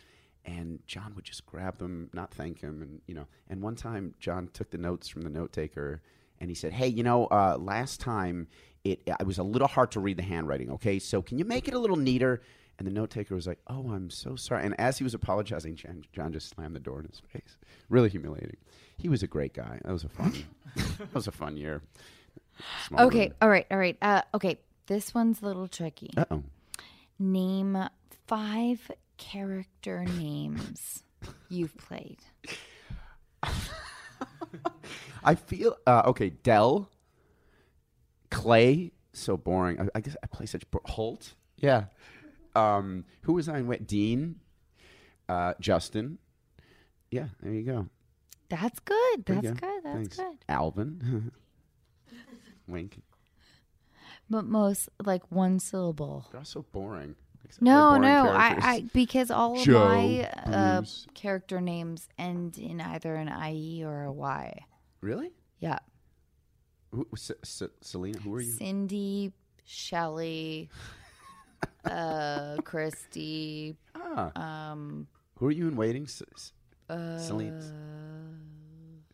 Speaker 7: and John would just grab them, not thank him, and you know. And one time, John took the notes from the note taker, and he said, "Hey, you know, uh, last time it, it was a little hard to read the handwriting. Okay, so can you make it a little neater?" And the note taker was like, "Oh, I'm so sorry." And as he was apologizing, John, John just slammed the door in his face. Really humiliating. He was a great guy. That was a fun. that was a fun year. Small
Speaker 4: Okay, all right, all right. Uh, okay, this one's a little tricky.
Speaker 7: Uh oh.
Speaker 4: Name five character names you've played.
Speaker 7: I feel uh, okay. Dell, Clay, so boring. I, I guess I play such bo- Holt. Yeah. Um, who was I in? Wait, Dean, uh, Justin. Yeah, there you go.
Speaker 4: That's good.
Speaker 7: There
Speaker 4: That's
Speaker 7: you
Speaker 4: good.
Speaker 7: go.
Speaker 4: That's
Speaker 7: Thanks.
Speaker 4: good.
Speaker 7: Alvin. Wink.
Speaker 4: But most like one syllable.
Speaker 7: They're all so boring. Except for
Speaker 4: No,
Speaker 7: boring
Speaker 4: no, I,
Speaker 7: characters.
Speaker 4: I because all
Speaker 7: Joe,
Speaker 4: of my uh,
Speaker 7: Bruce.
Speaker 4: character names end in either an IE or a Y.
Speaker 7: really.
Speaker 4: Yeah,
Speaker 7: Who, S- S- Selena, who are you?
Speaker 4: Cindy, Shelley, uh, Christy.
Speaker 7: Ah,
Speaker 4: Um,
Speaker 7: who are you in waiting? S- S-
Speaker 4: uh,
Speaker 7: Selena.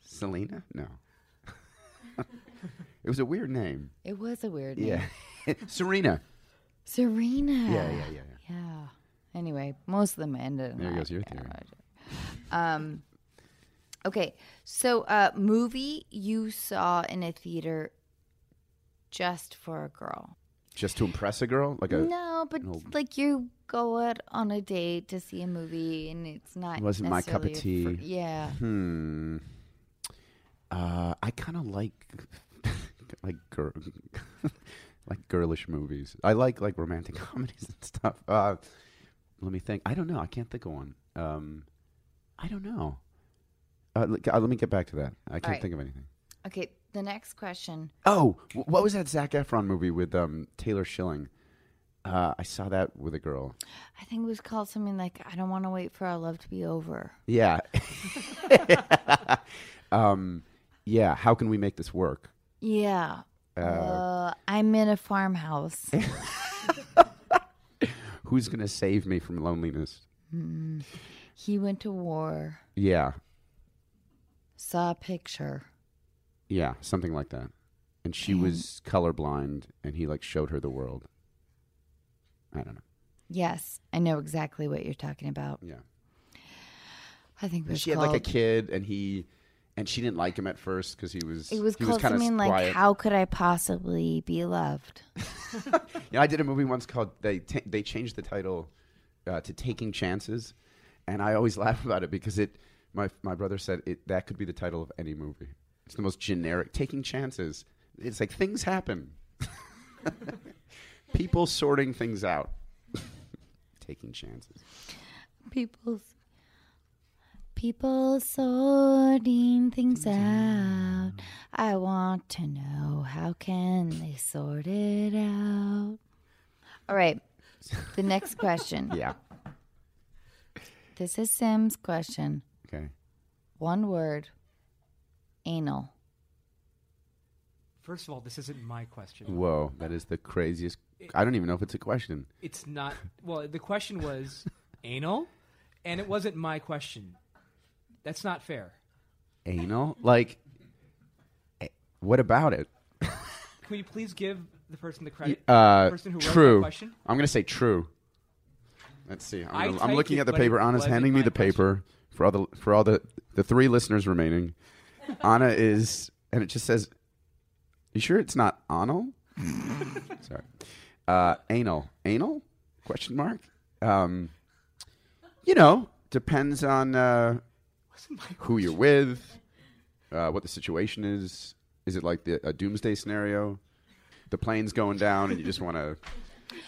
Speaker 7: Selena? No. it was a weird name.
Speaker 4: it was a weird name.
Speaker 7: Yeah. Serena.
Speaker 4: Serena.
Speaker 7: Yeah, yeah, yeah. yeah.
Speaker 4: Yeah. Anyway, most of them ended. in
Speaker 7: There
Speaker 4: I.
Speaker 7: goes your theory.
Speaker 4: Um, okay, so uh, movie you saw in a theater just for a girl?
Speaker 7: Just to impress a girl, like a
Speaker 4: no, but
Speaker 7: no.
Speaker 4: like you go out on a date to see a movie, and it's not.
Speaker 7: It wasn't my cup of
Speaker 4: necessarily a
Speaker 7: tea.
Speaker 4: yeah.
Speaker 7: hmm. Uh, I kind of like like girl like girlish movies. I like like romantic comedies and stuff. Uh, let me think. I don't know. I can't think of one. Um, I don't know. Oh. Uh, l- uh, let me get back to that. I can't
Speaker 4: right.
Speaker 7: think of anything.
Speaker 4: Okay, the next question.
Speaker 7: Oh, wh- what was that Zach Efron movie with um, Taylor Schilling? Uh, I saw that with a girl.
Speaker 4: I think it was called something like "I don't want to wait for our love to be over."
Speaker 7: Yeah. um, yeah. How can we make this work?
Speaker 4: Yeah. Uh, I'm in a farmhouse.
Speaker 7: Who's going to save me from loneliness?
Speaker 4: Hmm. he went to war.
Speaker 7: Yeah.
Speaker 4: Saw a picture.
Speaker 7: Yeah. Something like that. And she was colorblind and he like showed her the world. I don't know.
Speaker 4: Yes, I know exactly what you're talking about.
Speaker 7: Yeah.
Speaker 4: I think it was
Speaker 7: she had
Speaker 4: called.
Speaker 7: like a kid and he and she didn't like him at first because he was
Speaker 4: it was
Speaker 7: he
Speaker 4: called
Speaker 7: kinda
Speaker 4: something like
Speaker 7: quiet.
Speaker 4: "How could I possibly be loved?"
Speaker 7: You know, I did a movie once called they ta they changed the title uh, to Taking Chances, and I always laugh about it because it my my brother said it that could be the title of any movie. It's the most generic Taking Chances. It's like things happen, people sorting things out, taking chances.
Speaker 4: People's people sorting things out. I want to know how can they sort it out. All right. The next question.
Speaker 7: Yeah.
Speaker 4: This is Sim's question.
Speaker 7: Okay.
Speaker 4: One word. Anal.
Speaker 1: First of all, this isn't my question.
Speaker 7: Whoa, that is the craziest. I don't even know if it's a question.
Speaker 1: It's not. Well, the question was anal, and it wasn't my question. That's not fair.
Speaker 7: Anal? Like, eh, what about it?
Speaker 1: Can you please give the person the credit?
Speaker 7: Uh,
Speaker 1: the person who wrote
Speaker 7: true.
Speaker 1: the question?
Speaker 7: I'm going to say true. Let's see. I'm,
Speaker 1: I
Speaker 7: gonna- I'm
Speaker 1: typed
Speaker 7: looking
Speaker 1: it,
Speaker 7: at the
Speaker 1: but it
Speaker 7: paper. Anna's
Speaker 1: wasn't
Speaker 7: handing me
Speaker 1: my
Speaker 7: the paper for all the for all the the three listeners remaining. Anna is, and it just says, "You sure it's not anal?" Sorry, uh, anal, anal? Question mark. Um, you know, depends on uh, who you're with, uh, what the situation is. Is it like the, a doomsday scenario? The plane's going down, and you just want to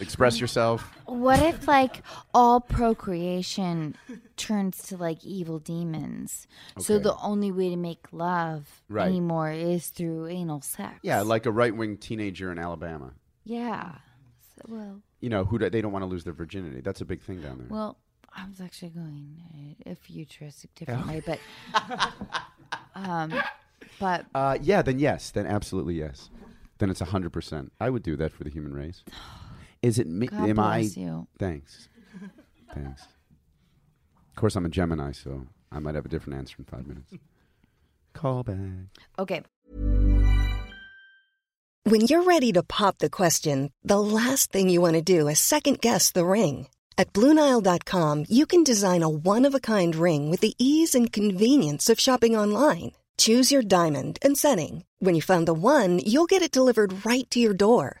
Speaker 7: express yourself.
Speaker 4: What if like all procreation turns to like evil demons? So
Speaker 7: Okay.
Speaker 4: the only way to make love
Speaker 7: Right.
Speaker 4: anymore is through anal sex.
Speaker 7: Yeah, like a right wing teenager in Alabama.
Speaker 4: yeah. So, well,
Speaker 7: You know who do, they don't want to lose their virginity. That's a big thing down there.
Speaker 4: well, I was actually going a a futuristic
Speaker 7: Oh.
Speaker 4: different way, but um, but
Speaker 7: uh, yeah, then yes, then absolutely yes, then it's hundred percent. I would do that for the human race. Is it me?
Speaker 4: God
Speaker 7: am
Speaker 4: bless
Speaker 7: I?
Speaker 4: you.
Speaker 7: Thanks, thanks. Of course, I'm a Gemini, so I might have a different answer in five minutes. Call back.
Speaker 4: Okay,
Speaker 8: When you're ready to pop the question, the last thing you want to do is second guess the ring. At Bluenile.com, you can design a one of a kind ring with the ease and convenience of shopping online. Choose your diamond and setting. When you find the one, you'll get it delivered right to your door.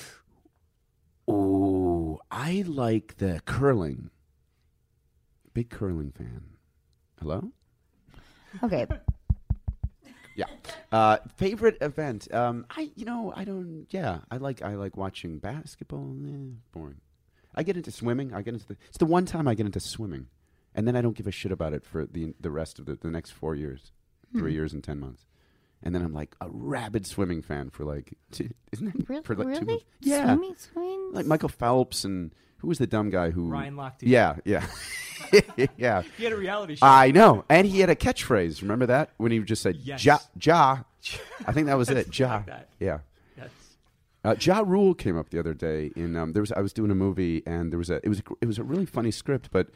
Speaker 7: Ooh, I like the curling. Big curling fan. Hello.
Speaker 4: Okay,
Speaker 7: Yeah. Uh, favorite event? Um, I you know I don't. Yeah, I like I like watching basketball. Eh, boring. I get into swimming. I get into the. It's the one time I get into swimming, and then I don't give a shit about it for the the rest of the, the next four years, three years and ten months, and then I'm like a rabid swimming fan for like two, isn't that
Speaker 4: really?
Speaker 7: for like two
Speaker 4: really?
Speaker 7: months? Yeah.
Speaker 4: Swimming, swimming?
Speaker 7: Like Michael Phelps and who was the dumb guy who
Speaker 1: Ryan Lochte.
Speaker 7: Yeah, yeah, yeah.
Speaker 1: He had a reality show.
Speaker 7: I know. And he had a catchphrase. Remember that? When he just said,
Speaker 1: Yes.
Speaker 7: Ja, Ja. I think that was it. Ja.
Speaker 1: like that.
Speaker 7: Yeah.
Speaker 1: That's-
Speaker 7: Uh, ja Rule came up the other day. In um, there was I was doing a movie and there was a it was a, gr- it was a really funny script, but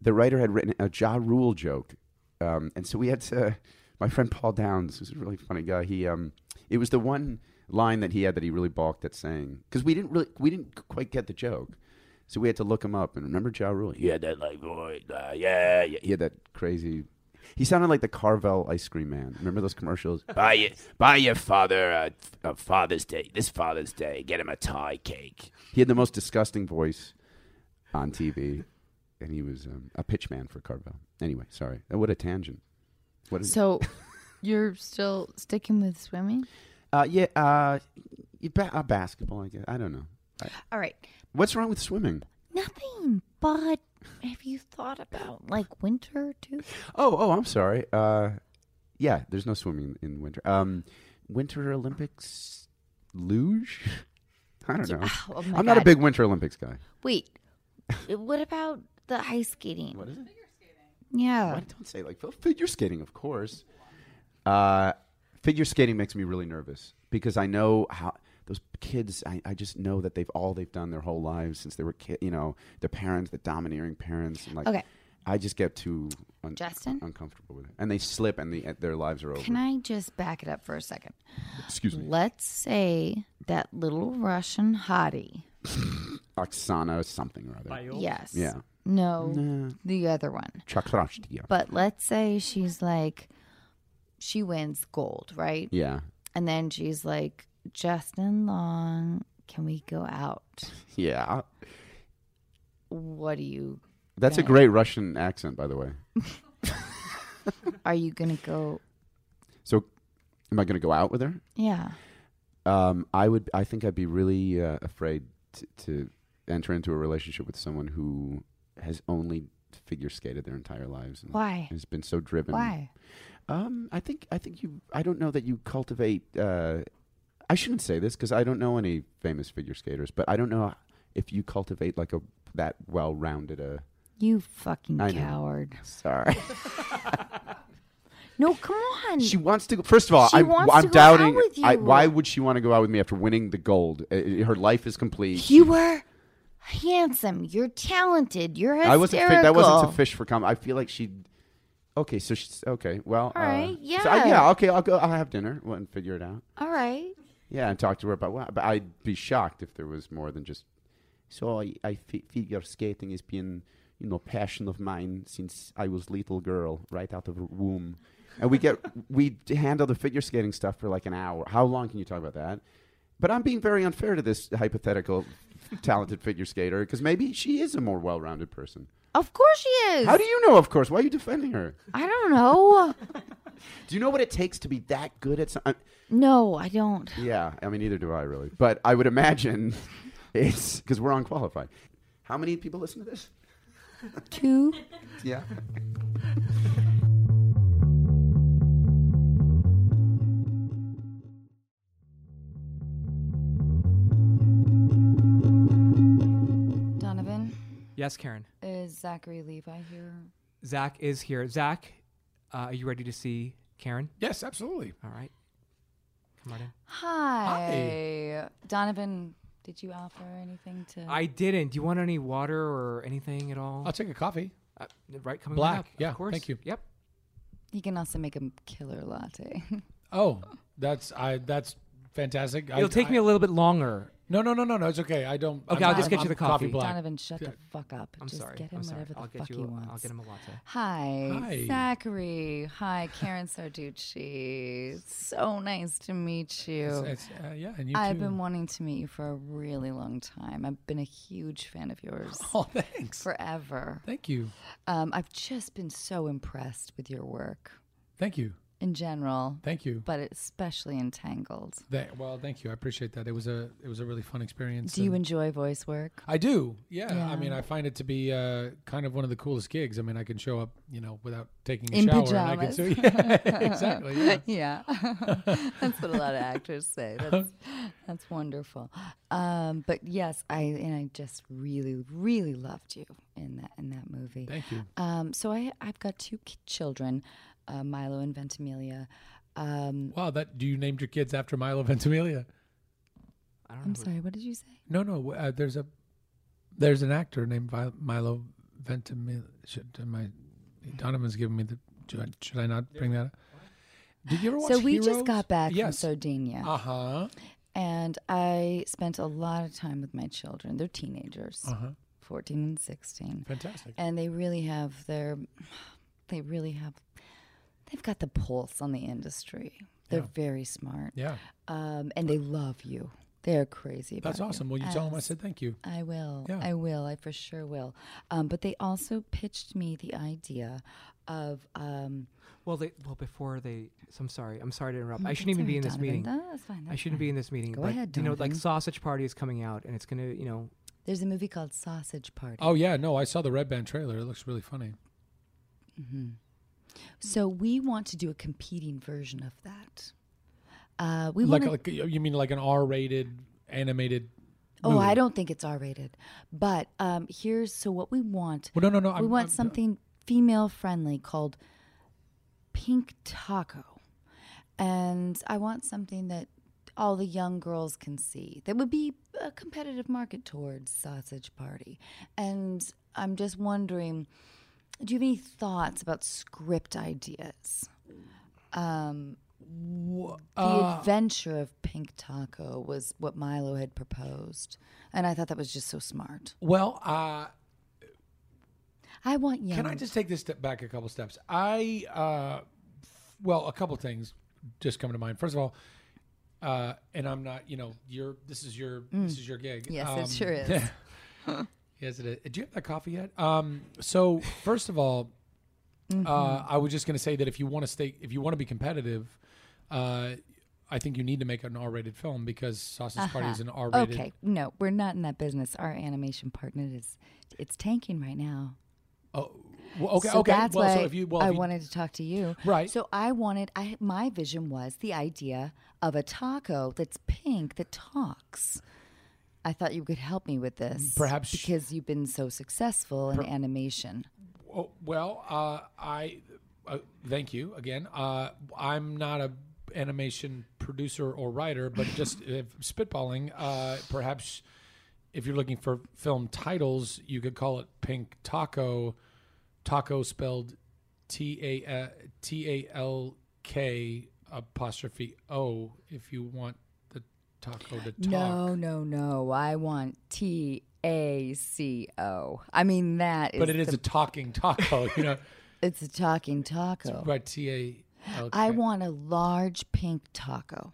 Speaker 7: the writer had written a Ja Rule joke, um, and so we had to. my friend Paul Downs, who's a really funny guy, he um, it was the one line that he had that he really balked at saying because we didn't really we didn't quite get the joke, so we had to look him up. And remember Ja Rule? He had that like voice, uh, yeah, yeah, he had that crazy. He sounded like the Carvel ice cream man. Remember those commercials?
Speaker 9: Buy your, buy your father a, a Father's Day. This Father's Day, get him a tie cake.
Speaker 7: He had the most disgusting voice on TV, and he was um, a pitch man for Carvel. Anyway, sorry. Uh, What a tangent. What a,
Speaker 4: So you're still sticking with swimming?
Speaker 7: uh, yeah, uh, you ba- uh, basketball. I guess I don't know. I,
Speaker 4: All right.
Speaker 7: what's wrong with swimming?
Speaker 4: Nothing, but have you thought about like winter too?
Speaker 7: Oh, oh, I'm sorry. Uh, yeah, there's no swimming in winter. Um, winter Olympics luge. I don't know.
Speaker 4: Oh, my
Speaker 7: I'm not a
Speaker 4: God.
Speaker 7: big Winter Olympics guy.
Speaker 10: Wait, what about the ice skating?
Speaker 7: What is it?
Speaker 10: Yeah.
Speaker 7: Why don't say like "Well, figure skating? Of course. Uh, figure skating makes me really nervous because I know how those kids. I, I just know that they've all they've done their whole lives since they were kid. You know, their parents, the domineering parents, and like.
Speaker 4: Okay.
Speaker 7: I just get too un-
Speaker 10: Justin?
Speaker 7: uncomfortable with it, and they slip, and the, their lives are over.
Speaker 4: Can I just back it up for a second?
Speaker 7: Excuse me,
Speaker 4: Let's say that little Russian hottie.
Speaker 7: Oksana something or other.
Speaker 4: Yes.
Speaker 7: Yeah.
Speaker 4: No, the other one.
Speaker 7: Chakrashtia.
Speaker 4: But let's say she's like, she wins gold, right?
Speaker 7: Yeah.
Speaker 4: And then she's like, Justin Long, can we go out?
Speaker 7: Yeah.
Speaker 4: What do you
Speaker 7: That's a great Russian accent, by the way.
Speaker 4: are you gonna go?
Speaker 7: So, am I going to go out with her?
Speaker 4: Yeah.
Speaker 7: Um, I would. I think I'd be really uh, afraid to, to enter into a relationship with someone who has only figure skated their entire lives. And
Speaker 4: Why?
Speaker 7: Has been so driven.
Speaker 4: Why?
Speaker 7: Um, I think. I think you. I don't know that you cultivate. Uh, I shouldn't say this because I don't know any famous figure skaters, but I don't know if you cultivate like a that well-rounded. Uh,
Speaker 4: You fucking
Speaker 7: I know.
Speaker 4: coward.
Speaker 7: sorry.
Speaker 4: No, come on.
Speaker 7: She wants to go. First of all,
Speaker 4: She
Speaker 7: I,
Speaker 4: wants
Speaker 7: I'm
Speaker 4: to go out
Speaker 7: doubting.
Speaker 4: with
Speaker 7: I,
Speaker 4: you.
Speaker 7: why would she want to go out with me after winning the gold? Uh, uh, her life is complete.
Speaker 4: you were handsome. You're talented. You're hysterical.
Speaker 7: I wasn't. Fi- that wasn't to fish for comment. I feel like she. Okay, so she's okay. Well,
Speaker 4: All
Speaker 7: uh,
Speaker 4: right,
Speaker 7: so I-
Speaker 4: yeah.
Speaker 7: yeah. Okay, I'll go. I'll have dinner well, and figure it out.
Speaker 4: All right.
Speaker 7: Yeah, and talk to her about. Well, but I'd be shocked if there was more than just. So I, I fi- figure skating has been, you know, passion of mine since I was little girl, right out of the womb. And we get we d- handle the figure skating stuff for like an hour. How long can you talk about that? But I'm being very unfair to this hypothetical talented figure skater because maybe she is a more well-rounded person.
Speaker 4: Of course she is.
Speaker 7: How do you know? Of course. Why are you defending her?
Speaker 4: I don't know.
Speaker 7: Do you know what it takes to be that good at uh, something?
Speaker 4: no, I don't.
Speaker 7: Yeah, I mean, neither do I really. But I would imagine it's because we're unqualified. How many people listen to this?
Speaker 4: Two.
Speaker 7: Yeah.
Speaker 10: Donovan,
Speaker 1: Yes, Karen.
Speaker 10: is Zachary Levi here?
Speaker 1: Zach is here. Zach, uh, are you ready to see Karen?
Speaker 11: Yes, absolutely.
Speaker 1: All right. Come on in.
Speaker 10: Hi. Donovan, did you offer anything to.
Speaker 1: I didn't. Do you want any water or anything at all?
Speaker 11: I'll take a coffee.
Speaker 1: Uh, right coming
Speaker 11: Black,
Speaker 1: up.
Speaker 11: yeah,
Speaker 1: Of course.
Speaker 11: thank you.
Speaker 1: Yep.
Speaker 10: you can also make a killer latte.
Speaker 11: Oh, that's I. That's fantastic.
Speaker 1: It'll take me a little bit longer.
Speaker 11: No, no, no, no, no. It's okay. I don't.
Speaker 1: Okay, I'll just get you the coffee.
Speaker 11: black.
Speaker 10: Donovan, shut the fuck up.
Speaker 1: I'm
Speaker 10: Just
Speaker 1: sorry.
Speaker 10: get him
Speaker 1: I'm sorry.
Speaker 10: whatever the
Speaker 1: I'll
Speaker 10: fuck
Speaker 1: get you.
Speaker 10: he
Speaker 1: a-
Speaker 10: wants.
Speaker 1: I'll get him a latte.
Speaker 10: Hi,
Speaker 11: Hi.
Speaker 10: Zachary. Hi, Karen Sarducci. So nice to meet you.
Speaker 11: It's, it's, uh, yeah, and you
Speaker 10: I've
Speaker 11: too.
Speaker 10: been wanting to meet you for a really long time. I've been a huge fan of yours
Speaker 11: Oh, thanks.
Speaker 10: forever.
Speaker 11: Thank you.
Speaker 10: Um, I've just been so impressed with your work
Speaker 11: Thank you.
Speaker 10: in general,
Speaker 11: Thank you.
Speaker 10: but especially entangled.
Speaker 11: That, well, thank you. I appreciate that. It was a it was a really fun experience.
Speaker 10: Do you
Speaker 11: and-
Speaker 10: enjoy voice work?
Speaker 11: I do. Yeah.
Speaker 10: Yeah.
Speaker 11: I mean, I find it to be uh, kind of one of the coolest gigs. I mean, I can show up, you know, without taking a
Speaker 10: In
Speaker 11: shower,
Speaker 10: pajamas.
Speaker 11: and I can see. Yeah, exactly. Yeah.
Speaker 10: Yeah, that's what a lot of actors say. That's that's wonderful. Um, but yes, I and I just really, really loved you in that in that movie.
Speaker 11: Thank you.
Speaker 10: Um, so I I've got two k- children, uh, Milo and Ventimiglia. Um,
Speaker 11: Wow. That do you named your kids after Milo Ventimiglia?
Speaker 1: I don't know.
Speaker 10: I'm
Speaker 1: who-
Speaker 10: sorry, what did you say?
Speaker 11: No, no. w- Uh, there's a there's an actor named Vi- Milo Ventimiglia. Should, am I, Donovan's giving me the. Should I, should I not bring that up? Did you ever watch
Speaker 4: So we
Speaker 11: Heroes?
Speaker 4: just got back from
Speaker 11: Yes.
Speaker 4: Sardinia.
Speaker 11: Uh huh.
Speaker 4: And I spent a lot of time with my children. They're teenagers,
Speaker 11: Uh-huh.
Speaker 4: 14 and 16.
Speaker 11: Fantastic.
Speaker 4: And they really have their, they really have, they've got the pulse on the industry. They're
Speaker 11: Yeah.
Speaker 4: very smart.
Speaker 11: Yeah.
Speaker 4: Um, and they love you. They're crazy about
Speaker 11: That's awesome. Well, you tell them I said thank you.
Speaker 4: I will.
Speaker 11: Yeah.
Speaker 4: I will. I for sure will. Um, but they also pitched me the idea of. Um,
Speaker 1: Well, they well before they. So I'm sorry. I'm sorry to interrupt.
Speaker 4: No,
Speaker 1: I shouldn't
Speaker 4: that's
Speaker 1: even be
Speaker 4: all
Speaker 1: in this
Speaker 4: right,
Speaker 1: meeting.
Speaker 4: Donovan. No, that's fine,
Speaker 1: I
Speaker 4: that's
Speaker 1: shouldn't be
Speaker 4: fine.
Speaker 1: in this meeting.
Speaker 4: Go
Speaker 1: but,
Speaker 4: ahead,
Speaker 1: You know, like
Speaker 4: Donovan.
Speaker 1: Sausage Party is coming out, and it's gonna. You know,
Speaker 4: there's a movie called Sausage Party.
Speaker 11: Oh yeah, no, I saw the Red Band trailer. It looks really funny.
Speaker 2: Mm-hmm.
Speaker 4: hmm So we want to do a competing version of that. Uh, we
Speaker 11: like,
Speaker 4: wanna,
Speaker 11: like you mean like an R-rated animated?
Speaker 4: oh,
Speaker 11: movie.
Speaker 4: I don't think it's R-rated, but um, here's so what we want.
Speaker 11: Well, no, no, no,
Speaker 4: We
Speaker 11: I'm-
Speaker 4: want
Speaker 11: I'm-
Speaker 4: something female-friendly called Pink Taco, and I want something that all the young girls can see. That would be a competitive market towards Sausage Party, and I'm just wondering, do you have any thoughts about script ideas? Um, the
Speaker 11: uh,
Speaker 4: adventure of Pink Taco was what Milo had proposed, and I thought that was just so smart.
Speaker 11: Well, uh,
Speaker 4: I want young.
Speaker 11: Can I just take this step back a couple steps? I, uh, f- well, a couple things just come to mind. First of all, uh, and I'm not, you know, your this is your
Speaker 4: Mm.
Speaker 11: this is your gig. Um,
Speaker 4: Yes, it sure is.
Speaker 11: yes, it is. Do you have that coffee yet? Um, so first of all, uh,
Speaker 4: Mhm.
Speaker 11: I was just going to say that if you want to stay, if you want to be competitive, uh, I think you need to make an R-rated film because Sausage Party
Speaker 4: Uh-huh.
Speaker 11: is an R-rated.
Speaker 4: Okay, no, we're not in that business. Our animation partner is it's tanking right now.
Speaker 11: Oh, well, okay,
Speaker 4: So
Speaker 11: okay.
Speaker 4: That's
Speaker 11: well,
Speaker 4: why
Speaker 11: so if you, well,
Speaker 4: I
Speaker 11: if you,
Speaker 4: wanted to talk to you.
Speaker 11: Right.
Speaker 4: So I wanted. I my vision was the idea of a taco that's pink that talks. I thought you could help me with this,
Speaker 11: Perhaps-
Speaker 4: because you've been so successful in animation.
Speaker 11: Oh, well, uh, I uh, thank you again. Uh, I'm not a animation producer or writer, but just if spitballing, uh, perhaps if you're looking for film titles, you could call it Pink Taco. Taco spelled T A T A L K apostrophe O. If you want the taco to talk,
Speaker 4: No, no, no. I want T A C O. I mean that is.
Speaker 11: but it is
Speaker 4: the-
Speaker 11: a talking taco. You know,
Speaker 4: It's a talking taco.
Speaker 11: right? T A L K.
Speaker 4: I want a large pink taco.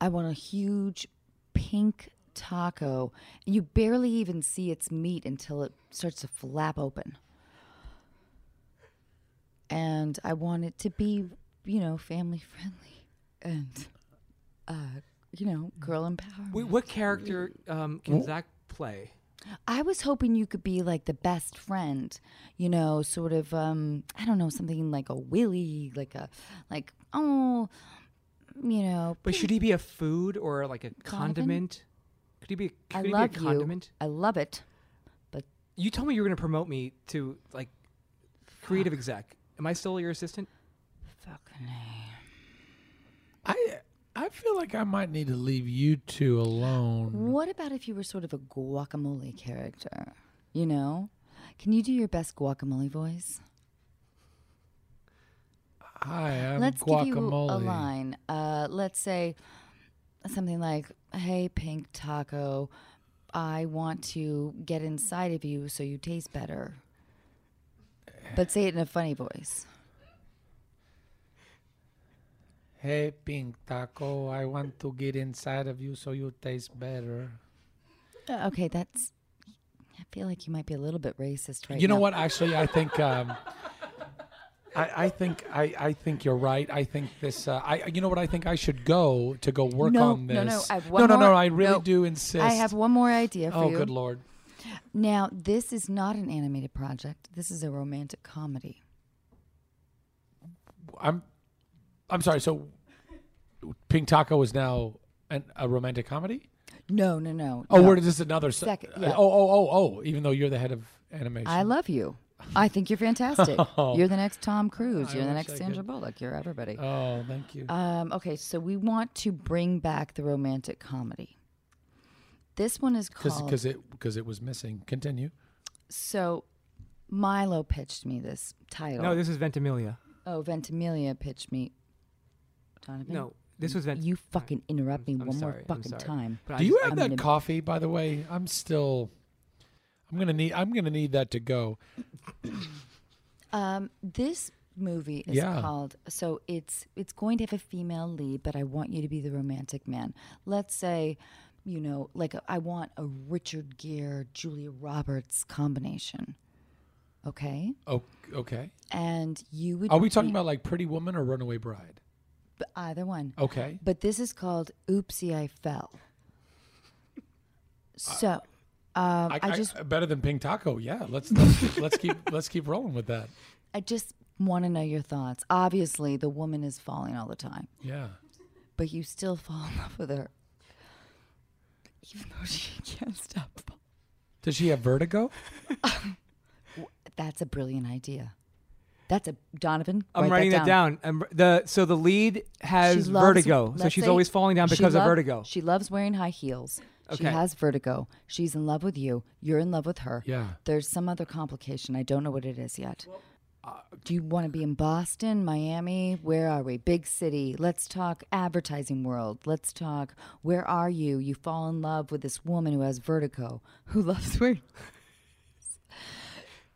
Speaker 4: I want a huge pink taco. You barely even see its meat until it starts to flap open. And I want it to be, you know, family friendly and, uh, you know, girl empowerment.
Speaker 1: Wait, what character um, can Zach play?
Speaker 4: I was hoping you could be like the best friend, you know, sort of um I don't know, something like a Willy, like a like oh you know.
Speaker 1: But should he be a food or like a condiment? Could he be? Could
Speaker 4: I
Speaker 1: he
Speaker 4: love
Speaker 1: be a condiment?
Speaker 4: you. I love it. But
Speaker 1: You told me you were going to promote me to like creative exec. Am I still your assistant?
Speaker 11: I I feel like I might need to leave you two alone.
Speaker 4: what about if you were sort of a guacamole character? You know? Can you do your best guacamole voice?
Speaker 11: Hi, I'm
Speaker 4: let's
Speaker 11: Um, guacamole.
Speaker 4: give you a line. Uh, let's say something like, "Hey, pink taco, I want to get inside of you so you taste better." But say it in a funny voice.
Speaker 11: Hey, pink taco, I want to get inside of you so you taste better.
Speaker 4: Uh, okay, that's. I feel like you might be a little bit racist right
Speaker 11: you know
Speaker 4: now.
Speaker 11: what? Actually, I think um, I, I think I, I think you're right. I think this. Uh, I you know what? I think I should go to go work
Speaker 4: No,
Speaker 11: on this.
Speaker 4: no, no, I have
Speaker 11: no,
Speaker 4: one
Speaker 11: no, no,
Speaker 4: more-
Speaker 11: I really
Speaker 4: no.
Speaker 11: do insist.
Speaker 4: I have one more idea for
Speaker 11: oh,
Speaker 4: you.
Speaker 11: good lord!
Speaker 4: Now, this is not an animated project. This is a romantic comedy.
Speaker 11: I'm I'm sorry. So, pink taco is now an, a romantic comedy.
Speaker 4: No, no, no.
Speaker 11: Oh,
Speaker 4: no.
Speaker 11: where is this another se-
Speaker 4: Second,
Speaker 11: uh,
Speaker 4: yeah.
Speaker 11: Oh, oh, oh, oh! Even though you're the head of animation,
Speaker 4: I love you. I think you're fantastic.
Speaker 11: Oh.
Speaker 4: You're the next Tom Cruise.
Speaker 11: I
Speaker 4: You're the
Speaker 11: wish
Speaker 4: next
Speaker 11: I
Speaker 4: Sandra
Speaker 11: could-
Speaker 4: Bullock. You're everybody.
Speaker 11: Oh, thank you.
Speaker 4: Um, okay, so we want to bring back the romantic comedy. This one is
Speaker 11: because
Speaker 4: called.
Speaker 11: it because it was missing. Continue.
Speaker 4: so Milo pitched me this title.
Speaker 1: No, this is Ventimiglia.
Speaker 4: Oh, Ventimiglia pitched me. Donovan?
Speaker 1: No, this was Vent-
Speaker 4: You fucking interrupt me
Speaker 1: I'm
Speaker 4: one
Speaker 1: sorry,
Speaker 4: more
Speaker 1: I'm
Speaker 4: fucking
Speaker 1: sorry.
Speaker 4: time.
Speaker 1: But I
Speaker 11: Do you
Speaker 1: just-
Speaker 11: have
Speaker 1: I'm
Speaker 11: that
Speaker 1: gonna-
Speaker 11: coffee, by the way? I'm still. I'm gonna need. I'm gonna need that to go.
Speaker 4: Um, this movie is
Speaker 11: Yeah.
Speaker 4: called so it's it's going to have a female lead, but I want you to be the romantic man. Let's say, you know, like I want a Richard Gere Julia Roberts combination. Okay,
Speaker 11: Oh, okay.
Speaker 4: and you would.
Speaker 11: Are we talking
Speaker 4: be-
Speaker 11: about like Pretty Woman or Runaway Bride?
Speaker 4: b- either one?
Speaker 11: Okay.
Speaker 4: but this is called "Oopsie, I Fell." So, um, I, just
Speaker 11: better than Pink Taco. Yeah, let's let's, let's keep let's keep rolling with that.
Speaker 4: I just want to know your thoughts. Obviously, the woman is falling all the time.
Speaker 11: Yeah.
Speaker 4: but you still fall in love with her, even though she can't stop. falling.
Speaker 11: Does she have vertigo?
Speaker 4: That's a brilliant idea. That's a Donovan.
Speaker 1: I'm
Speaker 4: write
Speaker 1: writing
Speaker 4: that
Speaker 1: that
Speaker 4: down.
Speaker 1: down. I'm, the so the lead has
Speaker 4: She loves-
Speaker 1: vertigo, so
Speaker 4: let's
Speaker 1: she's
Speaker 4: say
Speaker 1: always falling down
Speaker 4: she
Speaker 1: because of
Speaker 4: love-
Speaker 1: vertigo.
Speaker 4: She loves wearing high heels. She
Speaker 1: Okay.
Speaker 4: has vertigo. She's in love with you. You're in love with her.
Speaker 1: Yeah.
Speaker 4: There's some other complication. I don't know what it is yet.
Speaker 1: uh,
Speaker 4: Do you want to be in Boston, Miami? Where are we? Big city. Let's talk advertising world. Let's talk where are you? You fall in love with this woman who has vertigo, who loves wearing.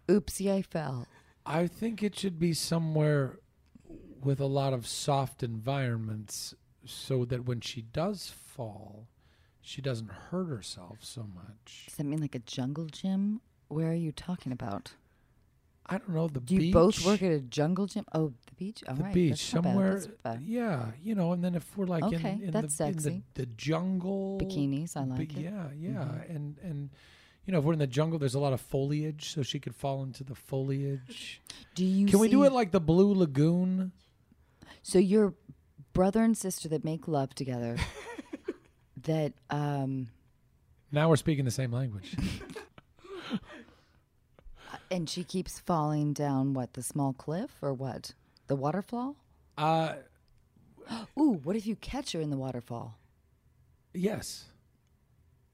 Speaker 4: Oopsie, I fell.
Speaker 11: I think it should be somewhere with a lot of soft environments so that when she does fall, she doesn't hurt herself so much.
Speaker 4: Does that mean like a jungle gym? Where are you talking about?
Speaker 11: I don't know. The
Speaker 4: Do you
Speaker 11: beach.
Speaker 4: both work at a jungle gym? Oh, the beach. All
Speaker 11: the
Speaker 4: right,
Speaker 11: beach
Speaker 4: that's not bad,
Speaker 11: somewhere.
Speaker 4: that's not bad.
Speaker 11: Yeah, you know, and then if we're like
Speaker 4: Okay,
Speaker 11: in, in,
Speaker 4: that's
Speaker 11: the, in the-
Speaker 4: sexy.
Speaker 11: the, jungle
Speaker 4: Bikinis, I like it.
Speaker 11: Yeah, yeah,
Speaker 4: Mhm.
Speaker 11: and and you know, if we're in the jungle, there's a lot of foliage, so she could fall into the foliage.
Speaker 4: Do you
Speaker 11: Can we do
Speaker 4: see-
Speaker 11: it like the Blue Lagoon?
Speaker 4: So your brother and sister that make love together. that um,
Speaker 11: Now we're speaking the same language.
Speaker 4: Uh, and she keeps falling down what the small cliff or what the waterfall.
Speaker 11: Uh,
Speaker 4: Ooh, what if you catch her in the waterfall
Speaker 11: yes,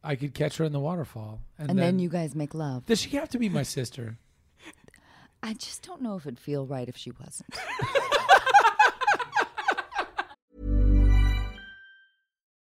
Speaker 11: I could catch her in the waterfall,
Speaker 4: and,
Speaker 11: and,
Speaker 4: then, you guys make love?
Speaker 11: Does she have to be my sister?
Speaker 4: I just don't know if it'd feel right if she wasn't.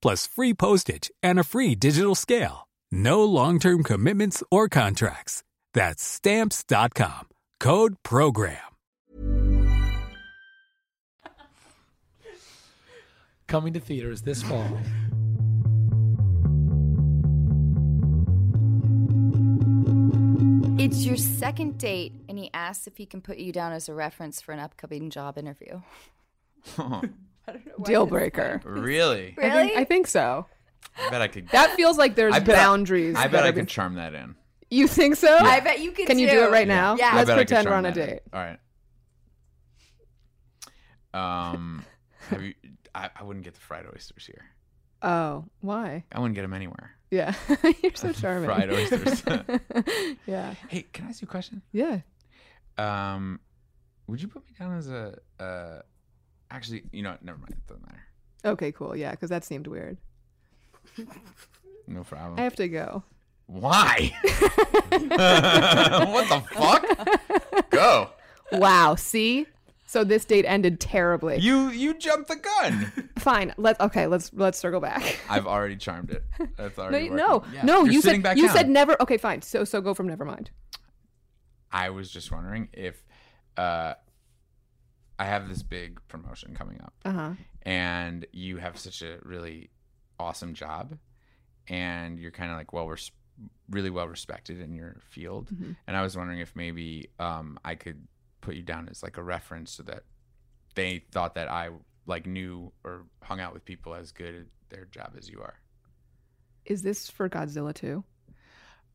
Speaker 12: plus free postage and a free digital scale. No long term commitments or contracts. That's stamps.com. Code program.
Speaker 11: Coming to theaters this fall.
Speaker 4: It's your second date, and he asks if he can put you down as a reference for an upcoming job interview.
Speaker 13: Deal breaker.
Speaker 14: Really?
Speaker 13: I think, I think so.
Speaker 14: I bet I could.
Speaker 13: That feels like there's
Speaker 14: I bet I-
Speaker 13: boundaries.
Speaker 14: I bet
Speaker 13: that
Speaker 14: I
Speaker 13: are
Speaker 14: could
Speaker 13: be-
Speaker 14: charm that in.
Speaker 13: You think so?
Speaker 14: Yeah. I bet
Speaker 13: you can. Can you do it right
Speaker 14: I
Speaker 13: now? Let's
Speaker 14: bet I could
Speaker 13: pretend we're
Speaker 14: charm
Speaker 13: on a
Speaker 14: that in.
Speaker 13: date.
Speaker 14: All right. Um, have you? I, I wouldn't get the fried oysters here.
Speaker 13: Oh, why?
Speaker 14: I wouldn't get them anywhere.
Speaker 13: Yeah, you're so charming.
Speaker 14: Fried oysters.
Speaker 13: yeah.
Speaker 14: Hey, can I ask you a question?
Speaker 13: Yeah.
Speaker 14: Um, would you put me down as a? Uh, actually, you know, what? never mind. It doesn't matter.
Speaker 13: Okay. Cool. Yeah, because that seemed weird.
Speaker 14: No problem.
Speaker 13: I have to go.
Speaker 14: Oh. Why? what the fuck? Go.
Speaker 13: Wow. See, so this date ended terribly.
Speaker 14: You you jumped the gun.
Speaker 13: Fine. Let okay. Let's let's circle back.
Speaker 14: I've already charmed it. That's
Speaker 13: No,
Speaker 14: already
Speaker 13: you-
Speaker 14: working.
Speaker 13: no,
Speaker 14: Yeah.
Speaker 13: no.
Speaker 14: You're
Speaker 13: you
Speaker 14: sitting
Speaker 13: said
Speaker 14: back
Speaker 13: you
Speaker 14: down.
Speaker 13: said never. Okay, fine. So so go from never mind.
Speaker 14: I was just wondering if uh, I have this big promotion coming up,
Speaker 13: Uh-huh.
Speaker 14: and you have such a really awesome job, and you're kind of like well, res- really well respected in your field,
Speaker 13: Mhm.
Speaker 14: and I was wondering if maybe um, I could put you down as like a reference so that they thought that I like knew or hung out with people as good at their job as you are.
Speaker 13: Is this for Godzilla too?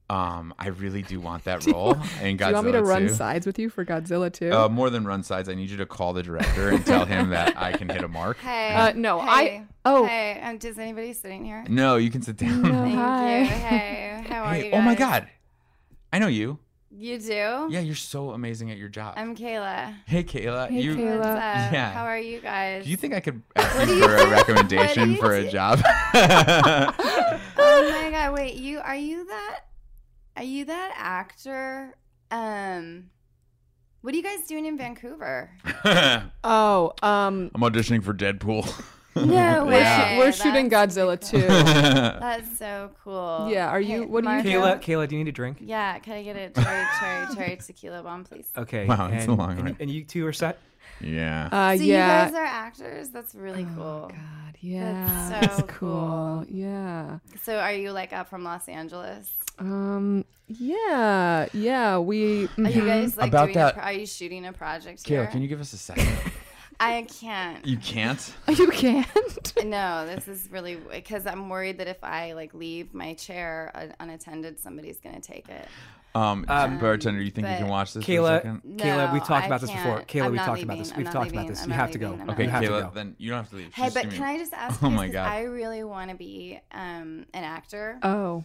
Speaker 14: Um, I really do want that
Speaker 13: Do you
Speaker 14: role
Speaker 13: want-
Speaker 14: in Godzilla
Speaker 13: Do you want me to run
Speaker 14: too.
Speaker 13: sides with you for Godzilla too?
Speaker 14: Uh, more than run sides, I need you to call the director and tell him that I can hit a mark.
Speaker 4: Hey.
Speaker 13: Uh, no,
Speaker 4: Hey.
Speaker 13: I. Oh,
Speaker 4: Hey, um, does anybody sitting here?
Speaker 14: No, you can sit down.
Speaker 4: Thank
Speaker 13: hi.
Speaker 4: you. Hey, how are
Speaker 14: Hey,
Speaker 4: you?
Speaker 14: oh my
Speaker 4: guys?
Speaker 14: god, I know you.
Speaker 4: You do?
Speaker 14: Yeah, you're so amazing at your job.
Speaker 4: I'm Kayla.
Speaker 14: hey, Kayla.
Speaker 4: Hey,
Speaker 14: you,
Speaker 4: Kayla. What's up?
Speaker 14: Yeah.
Speaker 4: How are you guys?
Speaker 14: Do you think I could ask you for a recommendation for a job? uh, I
Speaker 4: oh my god! Wait, you are you that? Are you that actor? Um, what are you guys doing in Vancouver?
Speaker 14: Uh,
Speaker 13: oh, um.
Speaker 14: I'm auditioning for Deadpool.
Speaker 4: No
Speaker 13: We're,
Speaker 4: Yeah.
Speaker 13: shoo- we're shooting Godzilla too.
Speaker 4: That's so cool.
Speaker 13: Yeah, are you-
Speaker 4: Hey,
Speaker 13: what do you-
Speaker 4: Marco?
Speaker 1: Kayla, Kayla, do you need a drink?
Speaker 4: Yeah, can I get a cherry, cherry, cherry tequila bomb, please?
Speaker 1: Okay.
Speaker 14: Wow, it's a
Speaker 1: and-
Speaker 14: long
Speaker 1: and,
Speaker 14: one.
Speaker 1: and you two are set.
Speaker 14: yeah.
Speaker 13: Uh,
Speaker 4: so
Speaker 13: yeah.
Speaker 4: you guys are actors. That's really cool. God,
Speaker 13: yeah,
Speaker 4: That's so
Speaker 13: that's cool. Yeah.
Speaker 4: So are you like up from Los Angeles?
Speaker 13: Um. Yeah. Yeah. We. mm-hmm.
Speaker 4: Are you guys like
Speaker 14: About
Speaker 4: doing?
Speaker 14: that-
Speaker 4: A pro- are you shooting a project here?
Speaker 14: Kayla, can you give us a second?
Speaker 4: I can't.
Speaker 14: you can't.
Speaker 13: You can't.
Speaker 4: no, this is really because I'm worried that if I like leave my chair un- unattended, somebody's gonna take it.
Speaker 14: Um,
Speaker 4: Um,
Speaker 14: bartender, you think you can
Speaker 4: but-
Speaker 14: watch this? for a
Speaker 1: Kayla,
Speaker 14: second?
Speaker 1: Kayla, we've
Speaker 4: No,
Speaker 1: talked
Speaker 4: I
Speaker 1: about this before.
Speaker 4: can't.
Speaker 1: Kayla,
Speaker 4: I'm
Speaker 1: we've
Speaker 4: not
Speaker 1: talked about
Speaker 4: leaving.
Speaker 1: this.
Speaker 4: I'm
Speaker 1: We've
Speaker 4: not
Speaker 1: talked about
Speaker 4: leaving.
Speaker 1: this.
Speaker 4: I'm
Speaker 1: you
Speaker 4: not
Speaker 1: have to
Speaker 4: leaving.
Speaker 1: go.
Speaker 4: I'm
Speaker 1: You
Speaker 14: Okay,
Speaker 1: have to
Speaker 14: Kayla,
Speaker 1: go.
Speaker 14: then you don't have to leave.
Speaker 4: Hey,
Speaker 14: Just
Speaker 4: but
Speaker 14: give me-
Speaker 4: can I just ask
Speaker 14: Oh
Speaker 4: you?
Speaker 14: my
Speaker 4: 'cause
Speaker 14: God.
Speaker 4: I really want to be um, an actor.
Speaker 13: Oh.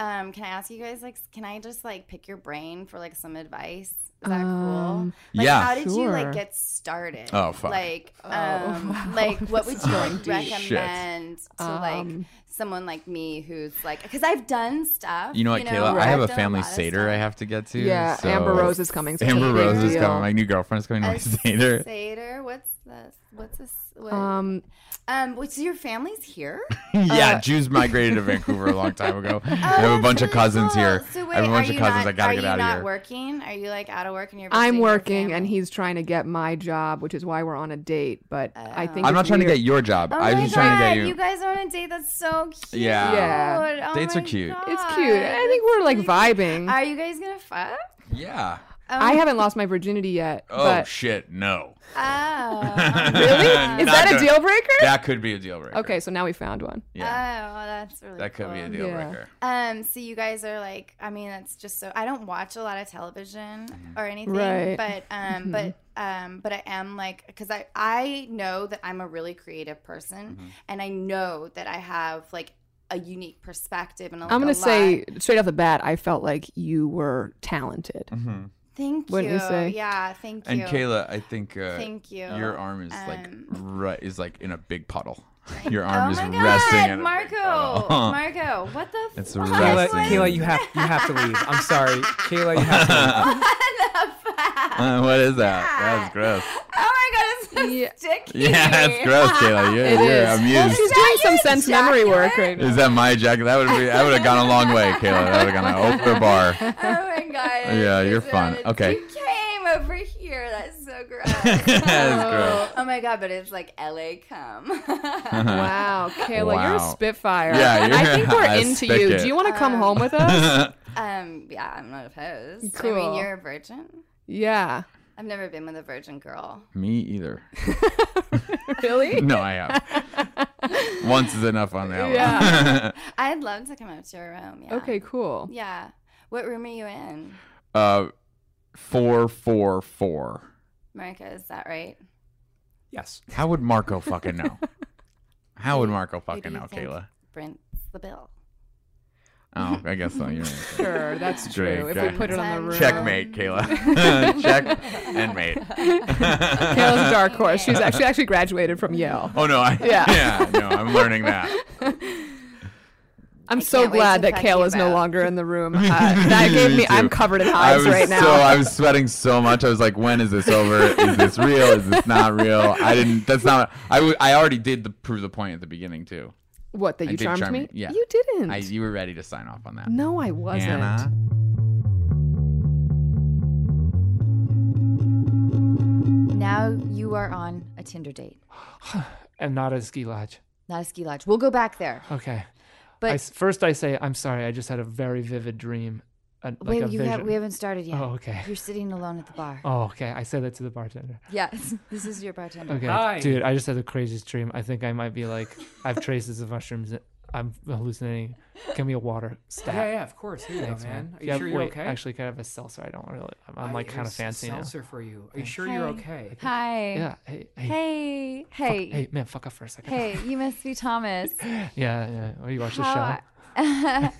Speaker 4: Um, can I ask you guys like, s- can I just like pick your brain for like some advice? Is that
Speaker 13: Um,
Speaker 4: cool? Like,
Speaker 14: Yeah.
Speaker 4: How did you
Speaker 13: Sure.
Speaker 4: like get started?
Speaker 14: Oh, fuck.
Speaker 4: Like,
Speaker 13: Oh,
Speaker 4: um,
Speaker 13: wow.
Speaker 4: like what would
Speaker 13: This
Speaker 4: you
Speaker 13: is going
Speaker 4: like,
Speaker 13: deep.
Speaker 14: Shit.
Speaker 4: recommend to like
Speaker 13: Um,
Speaker 4: someone like me who's like, because I've done stuff.
Speaker 14: You know what, Kayla? I have
Speaker 4: I've
Speaker 14: a
Speaker 4: done
Speaker 14: family
Speaker 4: lot of
Speaker 14: seder I have to get to.
Speaker 13: Yeah,
Speaker 14: so-
Speaker 13: Amber Rose is coming, so it's
Speaker 14: Amber
Speaker 13: a big
Speaker 14: Rose is
Speaker 13: deal.
Speaker 14: coming. My new girlfriend is coming to my
Speaker 4: A
Speaker 14: seder.
Speaker 4: Seder. What's this? What's this? What? Um,
Speaker 13: Um.
Speaker 4: wait, so your family's here?
Speaker 14: yeah, Jews migrated to Vancouver a long time ago.
Speaker 4: Oh,
Speaker 14: I have a bunch of cousins here.
Speaker 4: So
Speaker 14: I
Speaker 4: wait,
Speaker 14: have a
Speaker 4: are
Speaker 14: bunch
Speaker 4: you
Speaker 14: of cousins.
Speaker 4: not,
Speaker 14: I gotta
Speaker 4: are
Speaker 14: get
Speaker 4: you
Speaker 14: out
Speaker 4: not
Speaker 14: of here.
Speaker 4: working? Are you like out of work and you're?
Speaker 13: I'm
Speaker 4: visiting your
Speaker 13: working,
Speaker 4: family?
Speaker 13: and he's trying to get my job, which is why we're on a date. But I think
Speaker 14: I'm not
Speaker 13: it's
Speaker 14: trying to
Speaker 13: weird.
Speaker 14: get your job.
Speaker 4: Oh
Speaker 14: I was
Speaker 4: my
Speaker 14: just
Speaker 4: god,
Speaker 14: trying to get you.
Speaker 4: you guys are on a date. That's so cute.
Speaker 14: Yeah.
Speaker 13: Yeah.
Speaker 4: Oh
Speaker 14: Dates are
Speaker 4: my
Speaker 14: cute.
Speaker 13: It's cute. I think we're like vibing.
Speaker 4: Are you oh. guys gonna fuck?
Speaker 14: Yeah.
Speaker 13: I haven't lost my virginity yet.
Speaker 14: Oh
Speaker 13: but
Speaker 14: shit, no.
Speaker 4: Oh.
Speaker 13: really? Is
Speaker 14: Not
Speaker 13: that a
Speaker 14: good.
Speaker 13: deal breaker?
Speaker 14: That could be a deal breaker.
Speaker 13: Okay, so now we found one.
Speaker 14: Yeah.
Speaker 4: Oh, well, that's really.
Speaker 14: That could be a
Speaker 4: cool.
Speaker 14: deal
Speaker 13: Yeah.
Speaker 14: breaker.
Speaker 4: Um, so you guys are like, I mean, that's just so. I don't watch a lot of television
Speaker 14: Mm-hmm.
Speaker 4: or anything,
Speaker 13: Right.
Speaker 4: but um,
Speaker 13: Mhm.
Speaker 4: but um, but I am like, because I I know that I'm a really creative person,
Speaker 14: Mm-hmm.
Speaker 4: and I know that I have like a unique perspective and a,
Speaker 13: I'm
Speaker 4: like,
Speaker 13: gonna
Speaker 4: a
Speaker 13: say
Speaker 4: lot.
Speaker 13: straight off the bat, I felt like you were talented.
Speaker 14: Mm-hmm.
Speaker 4: thank you,
Speaker 13: wouldn't you say?
Speaker 4: yeah, thank you,
Speaker 14: And Kayla, I think uh,
Speaker 4: Thank you.
Speaker 14: your arm is like
Speaker 4: Um,
Speaker 14: right is like in a big puddle. Your
Speaker 4: Oh
Speaker 14: arm is
Speaker 4: my
Speaker 14: resting
Speaker 4: god,
Speaker 14: in a big
Speaker 4: Marco!
Speaker 14: puddle. Uh-huh.
Speaker 4: Marco, what the
Speaker 14: It's
Speaker 4: fuck?
Speaker 1: Kayla,
Speaker 14: Wrestling.
Speaker 1: Kayla, you have you have to leave. I'm sorry, Kayla, you have to leave.
Speaker 14: Uh, what is that? That's gross.
Speaker 4: Oh my god, it's so sticky.
Speaker 14: Yeah, that's gross, Kayla. You're,
Speaker 13: It
Speaker 14: you're
Speaker 13: is. Well,
Speaker 14: amused.
Speaker 13: she's doing some sense memory work right now.
Speaker 14: Is that my jacket? That would be. I would have gone a long way, Kayla. That would have gone an open bar.
Speaker 4: Oh my god.
Speaker 14: Yeah, you're
Speaker 4: It's
Speaker 14: fun.
Speaker 4: not-
Speaker 14: Okay.
Speaker 4: You came over here. That's so gross.
Speaker 14: That's gross. Uh-huh.
Speaker 4: Oh my god, but it's like LA come.
Speaker 13: Wow, Kayla, you're a
Speaker 14: Wow.
Speaker 13: spitfire.
Speaker 14: Yeah, you're
Speaker 13: I think we're
Speaker 14: a
Speaker 13: into you.
Speaker 14: spigot.
Speaker 13: Do you want to come home with us?
Speaker 4: um, yeah, I'm not opposed. I mean,
Speaker 13: Cool.
Speaker 4: you're a virgin.
Speaker 13: yeah.
Speaker 4: I've never been with a virgin girl.
Speaker 14: Me either.
Speaker 13: Really?
Speaker 14: No, I have. Once is enough on that
Speaker 13: Yeah.
Speaker 4: I'd love to come up to your room. Yeah.
Speaker 13: Okay, cool.
Speaker 4: Yeah. What room are you in,
Speaker 14: one. uh, four, four, four.
Speaker 4: Marika? Is that right?
Speaker 1: Yes.
Speaker 14: How would Marco fucking know? How would Marco
Speaker 4: Who do
Speaker 14: fucking
Speaker 4: you
Speaker 14: know,
Speaker 4: think
Speaker 14: Kayla?
Speaker 4: Brent's the bill.
Speaker 14: Oh, I guess so. You're right.
Speaker 13: Sure, that's true.
Speaker 14: Great,
Speaker 13: If
Speaker 14: great.
Speaker 13: we put it on the room.
Speaker 14: Checkmate, Kayla. Check and mate.
Speaker 13: Kayla's a dark horse. She's actually, she actually graduated from Yale.
Speaker 14: Oh no, I
Speaker 13: Yeah.
Speaker 14: yeah. no, I'm learning that.
Speaker 13: I'm
Speaker 10: I
Speaker 13: so
Speaker 10: can't wait
Speaker 13: glad
Speaker 10: to
Speaker 13: that
Speaker 10: talk to
Speaker 13: Kale
Speaker 10: you
Speaker 13: is no
Speaker 10: about-
Speaker 13: longer in the room. Uh, that gave
Speaker 14: too.
Speaker 13: me. I'm covered in
Speaker 14: I
Speaker 13: hives
Speaker 14: was
Speaker 13: right now.
Speaker 14: So I was sweating so much. I was like, "When is this over? Is this real? Is this not real?" I didn't. That's not. I, w- I already did the prove the point at the beginning too.
Speaker 13: What, that
Speaker 14: I
Speaker 13: you
Speaker 14: did
Speaker 13: charmed
Speaker 14: charm
Speaker 13: me?
Speaker 14: you. Yeah,
Speaker 13: You didn't.
Speaker 14: I, you were ready to sign off on that.
Speaker 13: no, I wasn't.
Speaker 14: Anna?
Speaker 4: Now you are on a Tinder date,
Speaker 15: and not a ski lodge.
Speaker 4: not a ski lodge. We'll go back there.
Speaker 15: Okay.
Speaker 4: But-
Speaker 15: I s first I say I'm sorry. I just had a very vivid dream. A, like
Speaker 4: Wait,
Speaker 15: a
Speaker 4: you
Speaker 15: vision.
Speaker 4: have, we haven't started yet.
Speaker 15: Oh, okay.
Speaker 4: You're sitting alone at the bar.
Speaker 15: Oh, okay. I said that to the bartender.
Speaker 4: Yes, this is your bartender.
Speaker 15: Okay, dude. I just had the craziest dream. I think I might be like I've traces of mushrooms. I'm hallucinating. Give me a water stat.
Speaker 16: Yeah, yeah, of course. Here you go, man. Are you
Speaker 15: Yeah,
Speaker 16: sure you're
Speaker 15: wait,
Speaker 16: okay?
Speaker 15: Actually, can I have a seltzer? I don't really. I'm, I'm
Speaker 16: I-
Speaker 15: like kind of
Speaker 16: here's a
Speaker 15: fancy now.
Speaker 16: seltzer for you. Are you
Speaker 15: Thanks.
Speaker 16: sure you're Hey. okay?
Speaker 4: Hi.
Speaker 15: Yeah. Hey. Hey.
Speaker 4: Hey.
Speaker 15: Fuck-
Speaker 4: Hey.
Speaker 15: hey, man, fuck up for a second.
Speaker 4: Hey, you must be Thomas.
Speaker 15: Yeah. Yeah. Oh, you watch the show?
Speaker 4: How I,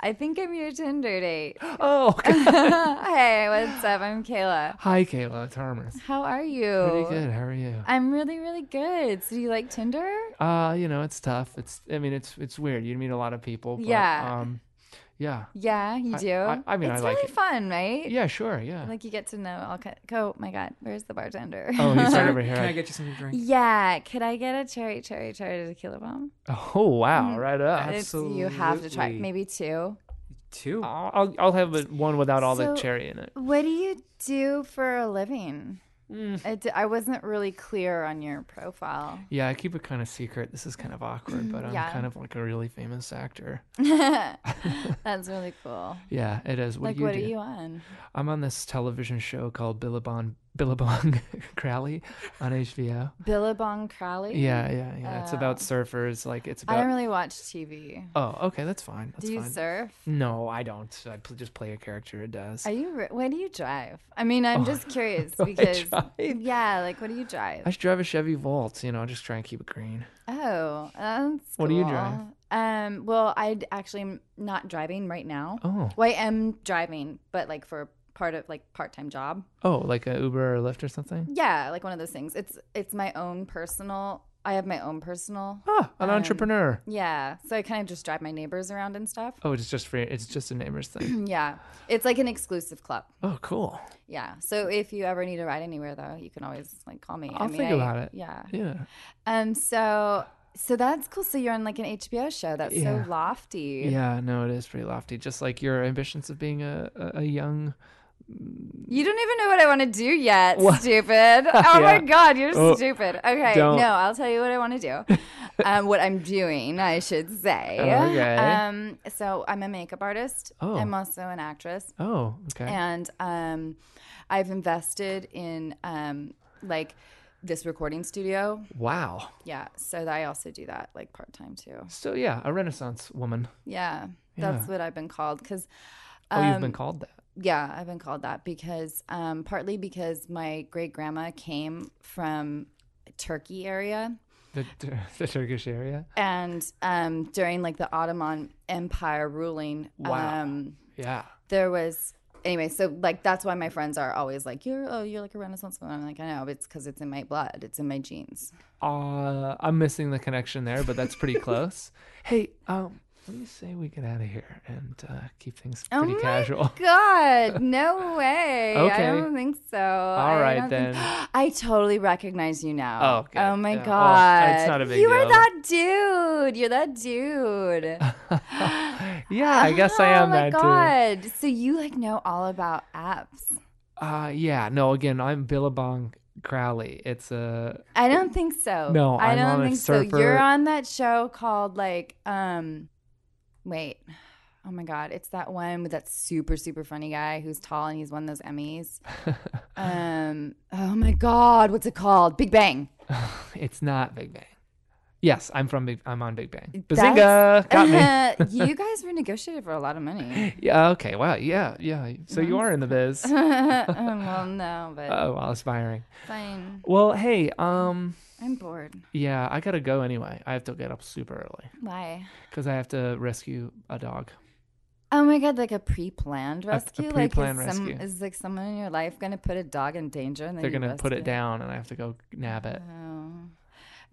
Speaker 4: I think I'm your Tinder date.
Speaker 15: Oh.
Speaker 4: hey, what's up? I'm Kayla.
Speaker 15: Hi, Kayla. It's Harmers.
Speaker 4: How are you?
Speaker 15: Pretty good. How are you?
Speaker 4: I'm really, really good. So do you like Tinder?
Speaker 15: Uh, you know, it's tough. It's I mean, it's it's weird. You meet a lot of people. But,
Speaker 4: Yeah.
Speaker 15: Um, yeah.
Speaker 4: Yeah, you
Speaker 15: I-
Speaker 4: do.
Speaker 15: I, I mean,
Speaker 4: it's
Speaker 15: I like
Speaker 4: really
Speaker 15: it.
Speaker 4: fun, right?
Speaker 15: Yeah, sure. Yeah.
Speaker 4: Like you get to know all kind. Oh my God, where's the bartender?
Speaker 15: Oh, he's right over here.
Speaker 16: Can I get you some drink?
Speaker 4: Yeah, could I get a cherry, cherry, cherry tequila bomb?
Speaker 15: Oh wow! Right up.
Speaker 4: Mm, It's- You have to try
Speaker 15: Absolutely.
Speaker 4: maybe two.
Speaker 15: Two. I'll I'll- I'll have a- one without all the
Speaker 4: So-
Speaker 15: cherry in it.
Speaker 4: What do you do for a living?
Speaker 15: Mm.
Speaker 4: I, d- I wasn't really clear on your profile.
Speaker 15: Yeah, I keep it kind of secret. This is kind of awkward, but I'm
Speaker 4: Yeah.
Speaker 15: kind of like a really famous actor.
Speaker 4: That's really cool.
Speaker 15: Yeah, it is. What
Speaker 4: like,
Speaker 15: do you
Speaker 4: what
Speaker 15: do?
Speaker 4: are you on?
Speaker 15: I'm on this television show called Billabong Billabong Crowley on HBO.
Speaker 4: Billabong Crowley?
Speaker 15: Yeah, yeah, yeah. it's
Speaker 4: Oh.
Speaker 15: about surfers. Like it's
Speaker 4: I
Speaker 15: about.
Speaker 4: don't really watch TV.
Speaker 15: Oh, okay, that's fine. That's
Speaker 4: do you
Speaker 15: fine.
Speaker 4: surf?
Speaker 15: No, I don't. I pl- just play a character. It does.
Speaker 4: Are you? Re- where do you drive? I mean, I'm
Speaker 15: Oh,
Speaker 4: just curious
Speaker 15: do I
Speaker 4: because
Speaker 15: drive?
Speaker 4: yeah, like what do you drive?
Speaker 15: I should drive a Chevy Volt. You know, just try and keep it green.
Speaker 4: oh, that's
Speaker 15: What do you
Speaker 4: cool.
Speaker 15: drive?
Speaker 4: Um, well, I actually am not driving right now.
Speaker 15: Oh.
Speaker 4: well, I am driving, but like for part of like part time job.
Speaker 15: Oh, like a Uber or Lyft or something.
Speaker 4: Yeah, like one of those things. It's it's my own personal. I have my own personal.
Speaker 15: Ah, An
Speaker 4: um,
Speaker 15: entrepreneur.
Speaker 4: Yeah, so I kind of just drive my neighbors around and stuff.
Speaker 15: Oh, it's just for it's just a neighbor's thing.
Speaker 4: yeah, it's like an exclusive club.
Speaker 15: Oh, cool.
Speaker 4: Yeah. So if you ever need a ride anywhere, though, you can always like call me.
Speaker 15: I'll think about it.
Speaker 4: Yeah.
Speaker 15: Yeah.
Speaker 4: Um. So so that's cool. So you're on like an HBO show. That's
Speaker 15: Yeah.
Speaker 4: so lofty.
Speaker 15: Yeah. No, it is pretty lofty. Just like your ambitions of being a a, a young.
Speaker 4: You don't even know what I want to do yet.
Speaker 15: What?
Speaker 4: Stupid. Oh my
Speaker 15: Yeah.
Speaker 4: god, you're
Speaker 15: Oh,
Speaker 4: stupid. Okay.
Speaker 15: don't.
Speaker 4: No, I'll tell you what I want to do. um, what I'm doing, I should say.
Speaker 15: Okay.
Speaker 4: Um. So I'm a makeup artist.
Speaker 15: Oh.
Speaker 4: I'm also an actress.
Speaker 15: Oh, okay.
Speaker 4: And um, I've invested in um, like this recording studio.
Speaker 15: wow.
Speaker 4: Yeah. So I also do that like part time too.
Speaker 15: So yeah, a Renaissance woman.
Speaker 4: Yeah. That's
Speaker 15: Yeah.
Speaker 4: what I've been called because.
Speaker 15: Oh, you've been called that.
Speaker 4: Yeah, I've been called that because um, partly because my great grandma came from Turkey area.
Speaker 15: The, Tur- the Turkish area.
Speaker 4: And um, during like the Ottoman Empire ruling,
Speaker 15: Wow.
Speaker 4: um,
Speaker 15: Yeah.
Speaker 4: there was anyway. So like that's why my friends are always like, "You're oh, you're like a Renaissance woman." I'm like, "I know, but it's because it's in my blood. It's in my genes."
Speaker 15: Uh, I'm missing the connection there, but that's pretty close. Hey, um, let me say we get out of here and uh, keep things
Speaker 4: Oh
Speaker 15: pretty
Speaker 4: my
Speaker 15: casual.
Speaker 4: God, no way.
Speaker 15: Okay.
Speaker 4: I don't think so.
Speaker 15: All
Speaker 4: I
Speaker 15: right,
Speaker 4: don't think-
Speaker 15: then.
Speaker 4: I totally recognize you now.
Speaker 15: Oh, good.
Speaker 4: oh my
Speaker 15: Yeah. Oh,
Speaker 4: God.
Speaker 15: it's not a big
Speaker 4: You are
Speaker 15: deal.
Speaker 4: that dude. You're that dude.
Speaker 15: Yeah, I guess I am
Speaker 4: oh my
Speaker 15: that
Speaker 4: God. So you like know all about apps.
Speaker 15: too. Uh, yeah. No, again, I'm Billabong Crowley. It's uh, a
Speaker 4: I don't think so.
Speaker 15: No,
Speaker 4: I
Speaker 15: I'm
Speaker 4: do not
Speaker 15: on a
Speaker 4: think so.
Speaker 15: surfer.
Speaker 4: You're on that show called like um wait. Oh my god, it's that one with that super super funny guy who's tall and he's won those Emmys. um oh my god, what's it called? Big Bang.
Speaker 15: It's not Big Bang. Yes, I'm from Big. I'm on Big Bang.
Speaker 4: That's-
Speaker 15: Bazinga! Got me.
Speaker 4: you guys were negotiated for a lot of money. Um,
Speaker 15: Yeah. Okay. Wow. Yeah. Yeah. So you are in the biz.
Speaker 4: well, no, but
Speaker 15: oh, well, aspiring.
Speaker 4: fine.
Speaker 15: Well, hey. Um.
Speaker 4: I'm bored.
Speaker 15: Yeah, I gotta go anyway. I have to get up super early
Speaker 4: Why?
Speaker 15: because I have to rescue a dog.
Speaker 4: Oh my god, like a pre-planned rescue.
Speaker 15: pre-planned
Speaker 4: like is, some,
Speaker 15: rescue.
Speaker 4: is like someone in your life gonna put a dog in danger and then
Speaker 15: They're
Speaker 4: you
Speaker 15: gonna put
Speaker 4: rescue
Speaker 15: it down, and I have to go nab it.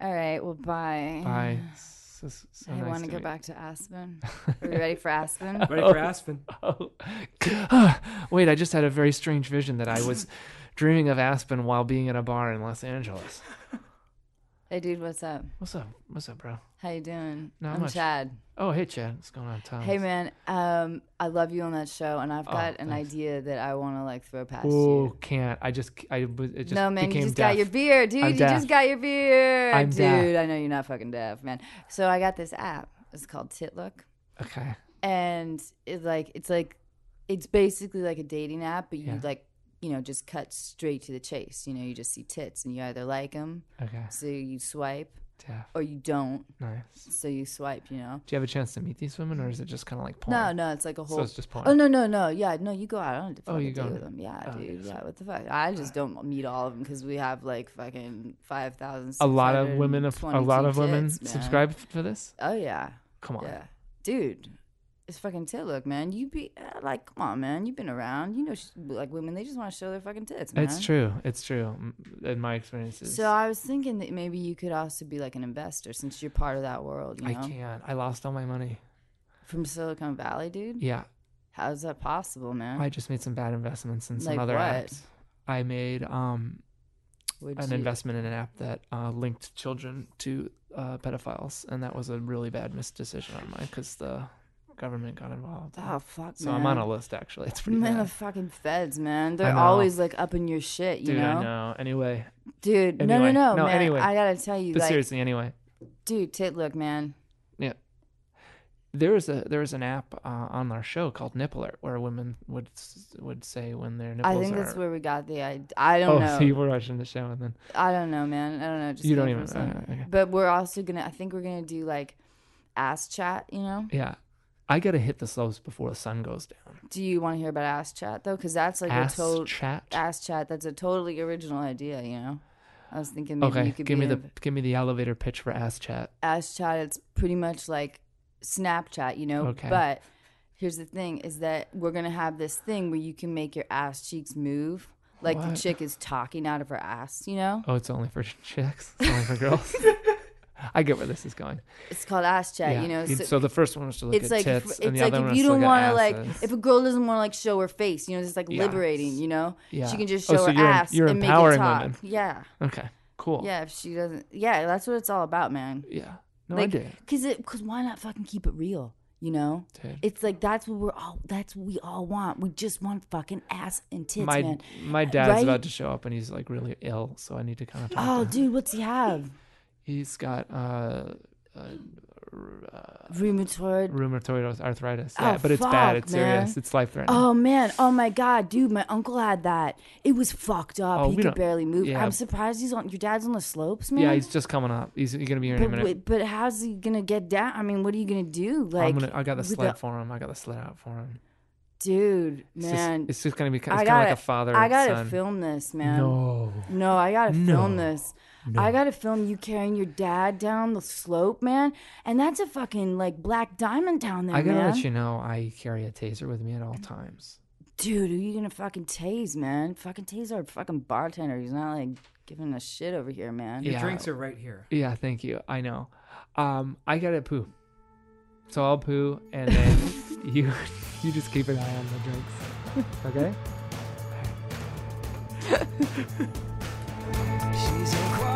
Speaker 4: Oh. All right. Well, bye.
Speaker 15: Bye. S- is so
Speaker 4: I
Speaker 15: nice
Speaker 4: want to go
Speaker 15: meet-
Speaker 4: back to Aspen. Are we ready for Aspen?
Speaker 15: Oh, oh. Wait, I just had a very strange vision that I was dreaming of Aspen while being in a bar in Los Angeles.
Speaker 4: Hey, dude, what's up?
Speaker 15: What's up? What's up, bro?
Speaker 4: How you doing?
Speaker 15: Not
Speaker 4: I'm
Speaker 15: much.
Speaker 4: Chad.
Speaker 15: Oh, hey, Chad. What's going on, Tom?
Speaker 4: Hey, man. Um, I love you on that show, and I've
Speaker 15: Oh,
Speaker 4: got an
Speaker 15: thanks.
Speaker 4: idea that I want to like throw past you.
Speaker 15: Oh, can't. I just, I was- it just
Speaker 4: no, man, you
Speaker 15: became
Speaker 4: just
Speaker 15: deaf.
Speaker 4: got your beer, dude.
Speaker 15: I'm
Speaker 4: you
Speaker 15: deaf.
Speaker 4: just got your beer,
Speaker 15: I'm
Speaker 4: dude.
Speaker 15: deaf.
Speaker 4: I know you're not fucking deaf, man. So I got this app. It's called Titlook.
Speaker 15: Okay.
Speaker 4: and it like it's like it's basically like a dating app but
Speaker 15: Yeah.
Speaker 4: you like you know just cut straight to the chase you know you just see tits and you either like them
Speaker 15: Okay.
Speaker 4: so you swipe
Speaker 15: Deaf.
Speaker 4: or you don't
Speaker 15: Nice.
Speaker 4: so you swipe you know
Speaker 15: Do you have a chance to meet these women, or is it just kind of like porn?
Speaker 4: no no it's like a whole
Speaker 15: So it's just porn.
Speaker 4: oh no no no yeah no you go out i don't have to
Speaker 15: Oh, you
Speaker 4: fucking deal
Speaker 15: go-
Speaker 4: with them yeah
Speaker 15: oh,
Speaker 4: dude
Speaker 15: yes.
Speaker 4: yeah what the fuck i just don't meet all of them because we have like fucking 5000
Speaker 15: A lot of women, of- a lot of women subscribe f- for this.
Speaker 4: Oh yeah.
Speaker 15: Come on.
Speaker 4: Yeah. Dude, it's fucking tit look, man. You be uh, like, come on, man. You've been around. You know, sh- like women, they just want to show their fucking tits, man.
Speaker 15: It's true. It's true. M- In my experiences,
Speaker 4: So I was thinking that maybe you could also be like an investor since you're part of that world. You
Speaker 15: I
Speaker 4: know?
Speaker 15: can't. I lost all my money.
Speaker 4: From Silicon Valley, dude.
Speaker 15: Yeah.
Speaker 4: How's that possible, man?
Speaker 15: I just made some bad investments in some
Speaker 4: Like
Speaker 15: other
Speaker 4: what?
Speaker 15: apps. I made um,
Speaker 4: What'd
Speaker 15: an
Speaker 4: you-
Speaker 15: investment in an app that uh, linked children to uh, pedophiles, and that was a really bad misdecision on mine because the government got involved.
Speaker 4: Oh fuck,
Speaker 15: So I'm on a
Speaker 4: man.
Speaker 15: list actually. It's pretty
Speaker 4: man,
Speaker 15: bad.
Speaker 4: the fucking feds, man.
Speaker 15: I
Speaker 4: They're
Speaker 15: know.
Speaker 4: always like up in your shit, you
Speaker 15: Dude,
Speaker 4: know?
Speaker 15: I know. Anyway.
Speaker 4: Dude, no, no,
Speaker 15: Anyway.
Speaker 4: no,
Speaker 15: No,
Speaker 4: man.
Speaker 15: anyway.
Speaker 4: I gotta tell you,
Speaker 15: But
Speaker 4: like-
Speaker 15: seriously, anyway.
Speaker 4: Dude, tit look, man.
Speaker 15: Yeah. There was a there was an app uh, on our show called Nipple Alert where women would s- would say when their nipples
Speaker 4: I think
Speaker 15: are.
Speaker 4: that's where we got the idea. I don't
Speaker 15: oh,
Speaker 4: know.
Speaker 15: so you were watching the show and then
Speaker 4: I don't know, man. I don't know. It Just
Speaker 15: You don't
Speaker 4: came from
Speaker 15: even-
Speaker 4: somewhere.
Speaker 15: uh, okay.
Speaker 4: But we're also gonna. I think we're gonna do like ass chat. You know?
Speaker 15: yeah, I gotta hit the slopes before the sun goes down.
Speaker 4: Do you want to hear about ass chat though? Because that's like
Speaker 15: Ass
Speaker 4: a total
Speaker 15: chat?
Speaker 4: Ass chat. That's a totally original idea. You know? I was thinking maybe
Speaker 15: okay,
Speaker 4: you could
Speaker 15: give
Speaker 4: be
Speaker 15: me the
Speaker 4: in-
Speaker 15: give me the elevator pitch for ass chat.
Speaker 4: ass chat. It's pretty much like Snapchat. You know?
Speaker 15: Okay.
Speaker 4: But here's the thing: is that we're gonna have this thing where you can make your ass cheeks move. Like the
Speaker 15: What?
Speaker 4: chick is talking out of her ass, you know?
Speaker 15: Oh, it's only for chicks. It's only for girls. I get where this is going.
Speaker 4: It's called ass chat,
Speaker 15: Yeah.
Speaker 4: you know.
Speaker 15: You'd- so the first one was to look
Speaker 4: it's
Speaker 15: at
Speaker 4: like if-
Speaker 15: tits,
Speaker 4: it's
Speaker 15: and the
Speaker 4: like
Speaker 15: other one
Speaker 4: if you
Speaker 15: was to
Speaker 4: don't
Speaker 15: look at
Speaker 4: wanna, like
Speaker 15: asses.
Speaker 4: if a girl doesn't want to like show her face, you know, it's like
Speaker 15: Yeah.
Speaker 4: liberating, you know.
Speaker 15: Yeah.
Speaker 4: She can just
Speaker 15: Oh,
Speaker 4: show
Speaker 15: so
Speaker 4: her
Speaker 15: you're em-
Speaker 4: ass
Speaker 15: you're
Speaker 4: and
Speaker 15: empowering
Speaker 4: make it talk.
Speaker 15: women.
Speaker 4: Yeah.
Speaker 15: Okay. Cool.
Speaker 4: Yeah, if she doesn't. Yeah, that's what it's all about, man.
Speaker 15: Yeah. No, I
Speaker 4: like,
Speaker 15: dig it.
Speaker 4: Cause it, cause why not fucking keep it real? You know,
Speaker 15: Dude.
Speaker 4: it's like that's what we're all. That's what we all want. We just want fucking ass and tits,
Speaker 15: my
Speaker 4: man.
Speaker 15: my dad's
Speaker 4: Right?
Speaker 15: about to show up, and he's like really ill, so I need to kind of. Talk
Speaker 4: Oh,
Speaker 15: to him.
Speaker 4: dude, what's he have?
Speaker 15: He's got uh, uh, r- uh,
Speaker 4: Rheumatoid.
Speaker 15: rheumatoid arthritis. Yeah,
Speaker 4: Oh,
Speaker 15: but it's bad.
Speaker 4: fuck,
Speaker 15: It's serious.
Speaker 4: man.
Speaker 15: It's life threatening.
Speaker 4: Oh man! Oh my god, dude! My uncle had that. It was fucked up.
Speaker 15: Oh,
Speaker 4: he
Speaker 15: we
Speaker 4: could
Speaker 15: don't-
Speaker 4: barely move.
Speaker 15: yeah.
Speaker 4: I'm surprised he's on. Your dad's on the slopes, man.
Speaker 15: yeah, he's just coming up. He's, he's gonna be here in a
Speaker 4: But,
Speaker 15: minute.
Speaker 4: wait, but how's he gonna get down? I mean, what are you gonna do? Like,
Speaker 15: I'm gonna, I got the
Speaker 4: with
Speaker 15: sled for him. I got the sled out for him.
Speaker 4: dude,
Speaker 15: It's just-
Speaker 4: man,
Speaker 15: it's just gonna be ki-
Speaker 4: I
Speaker 15: it's kinda like
Speaker 4: gotta-
Speaker 15: a father
Speaker 4: I
Speaker 15: and
Speaker 4: gotta
Speaker 15: son.
Speaker 4: film this, man.
Speaker 15: No.
Speaker 4: no, I gotta film
Speaker 15: No.
Speaker 4: this. I gotta film you carrying your dad down the slope, man. And that's a fucking like black diamond down there,
Speaker 15: I gotta
Speaker 4: man.
Speaker 15: let you know I carry a taser with me at all times.
Speaker 4: Dude, who you gonna fucking tase, man? Fucking tase our fucking bartender. He's not like giving a shit over here, man.
Speaker 15: Yeah.
Speaker 16: right here.
Speaker 15: Yeah, thank you. I know. Um, I gotta poo, so I'll poo, and then you you just keep an eye on the drinks. Okay.
Speaker 3: She's a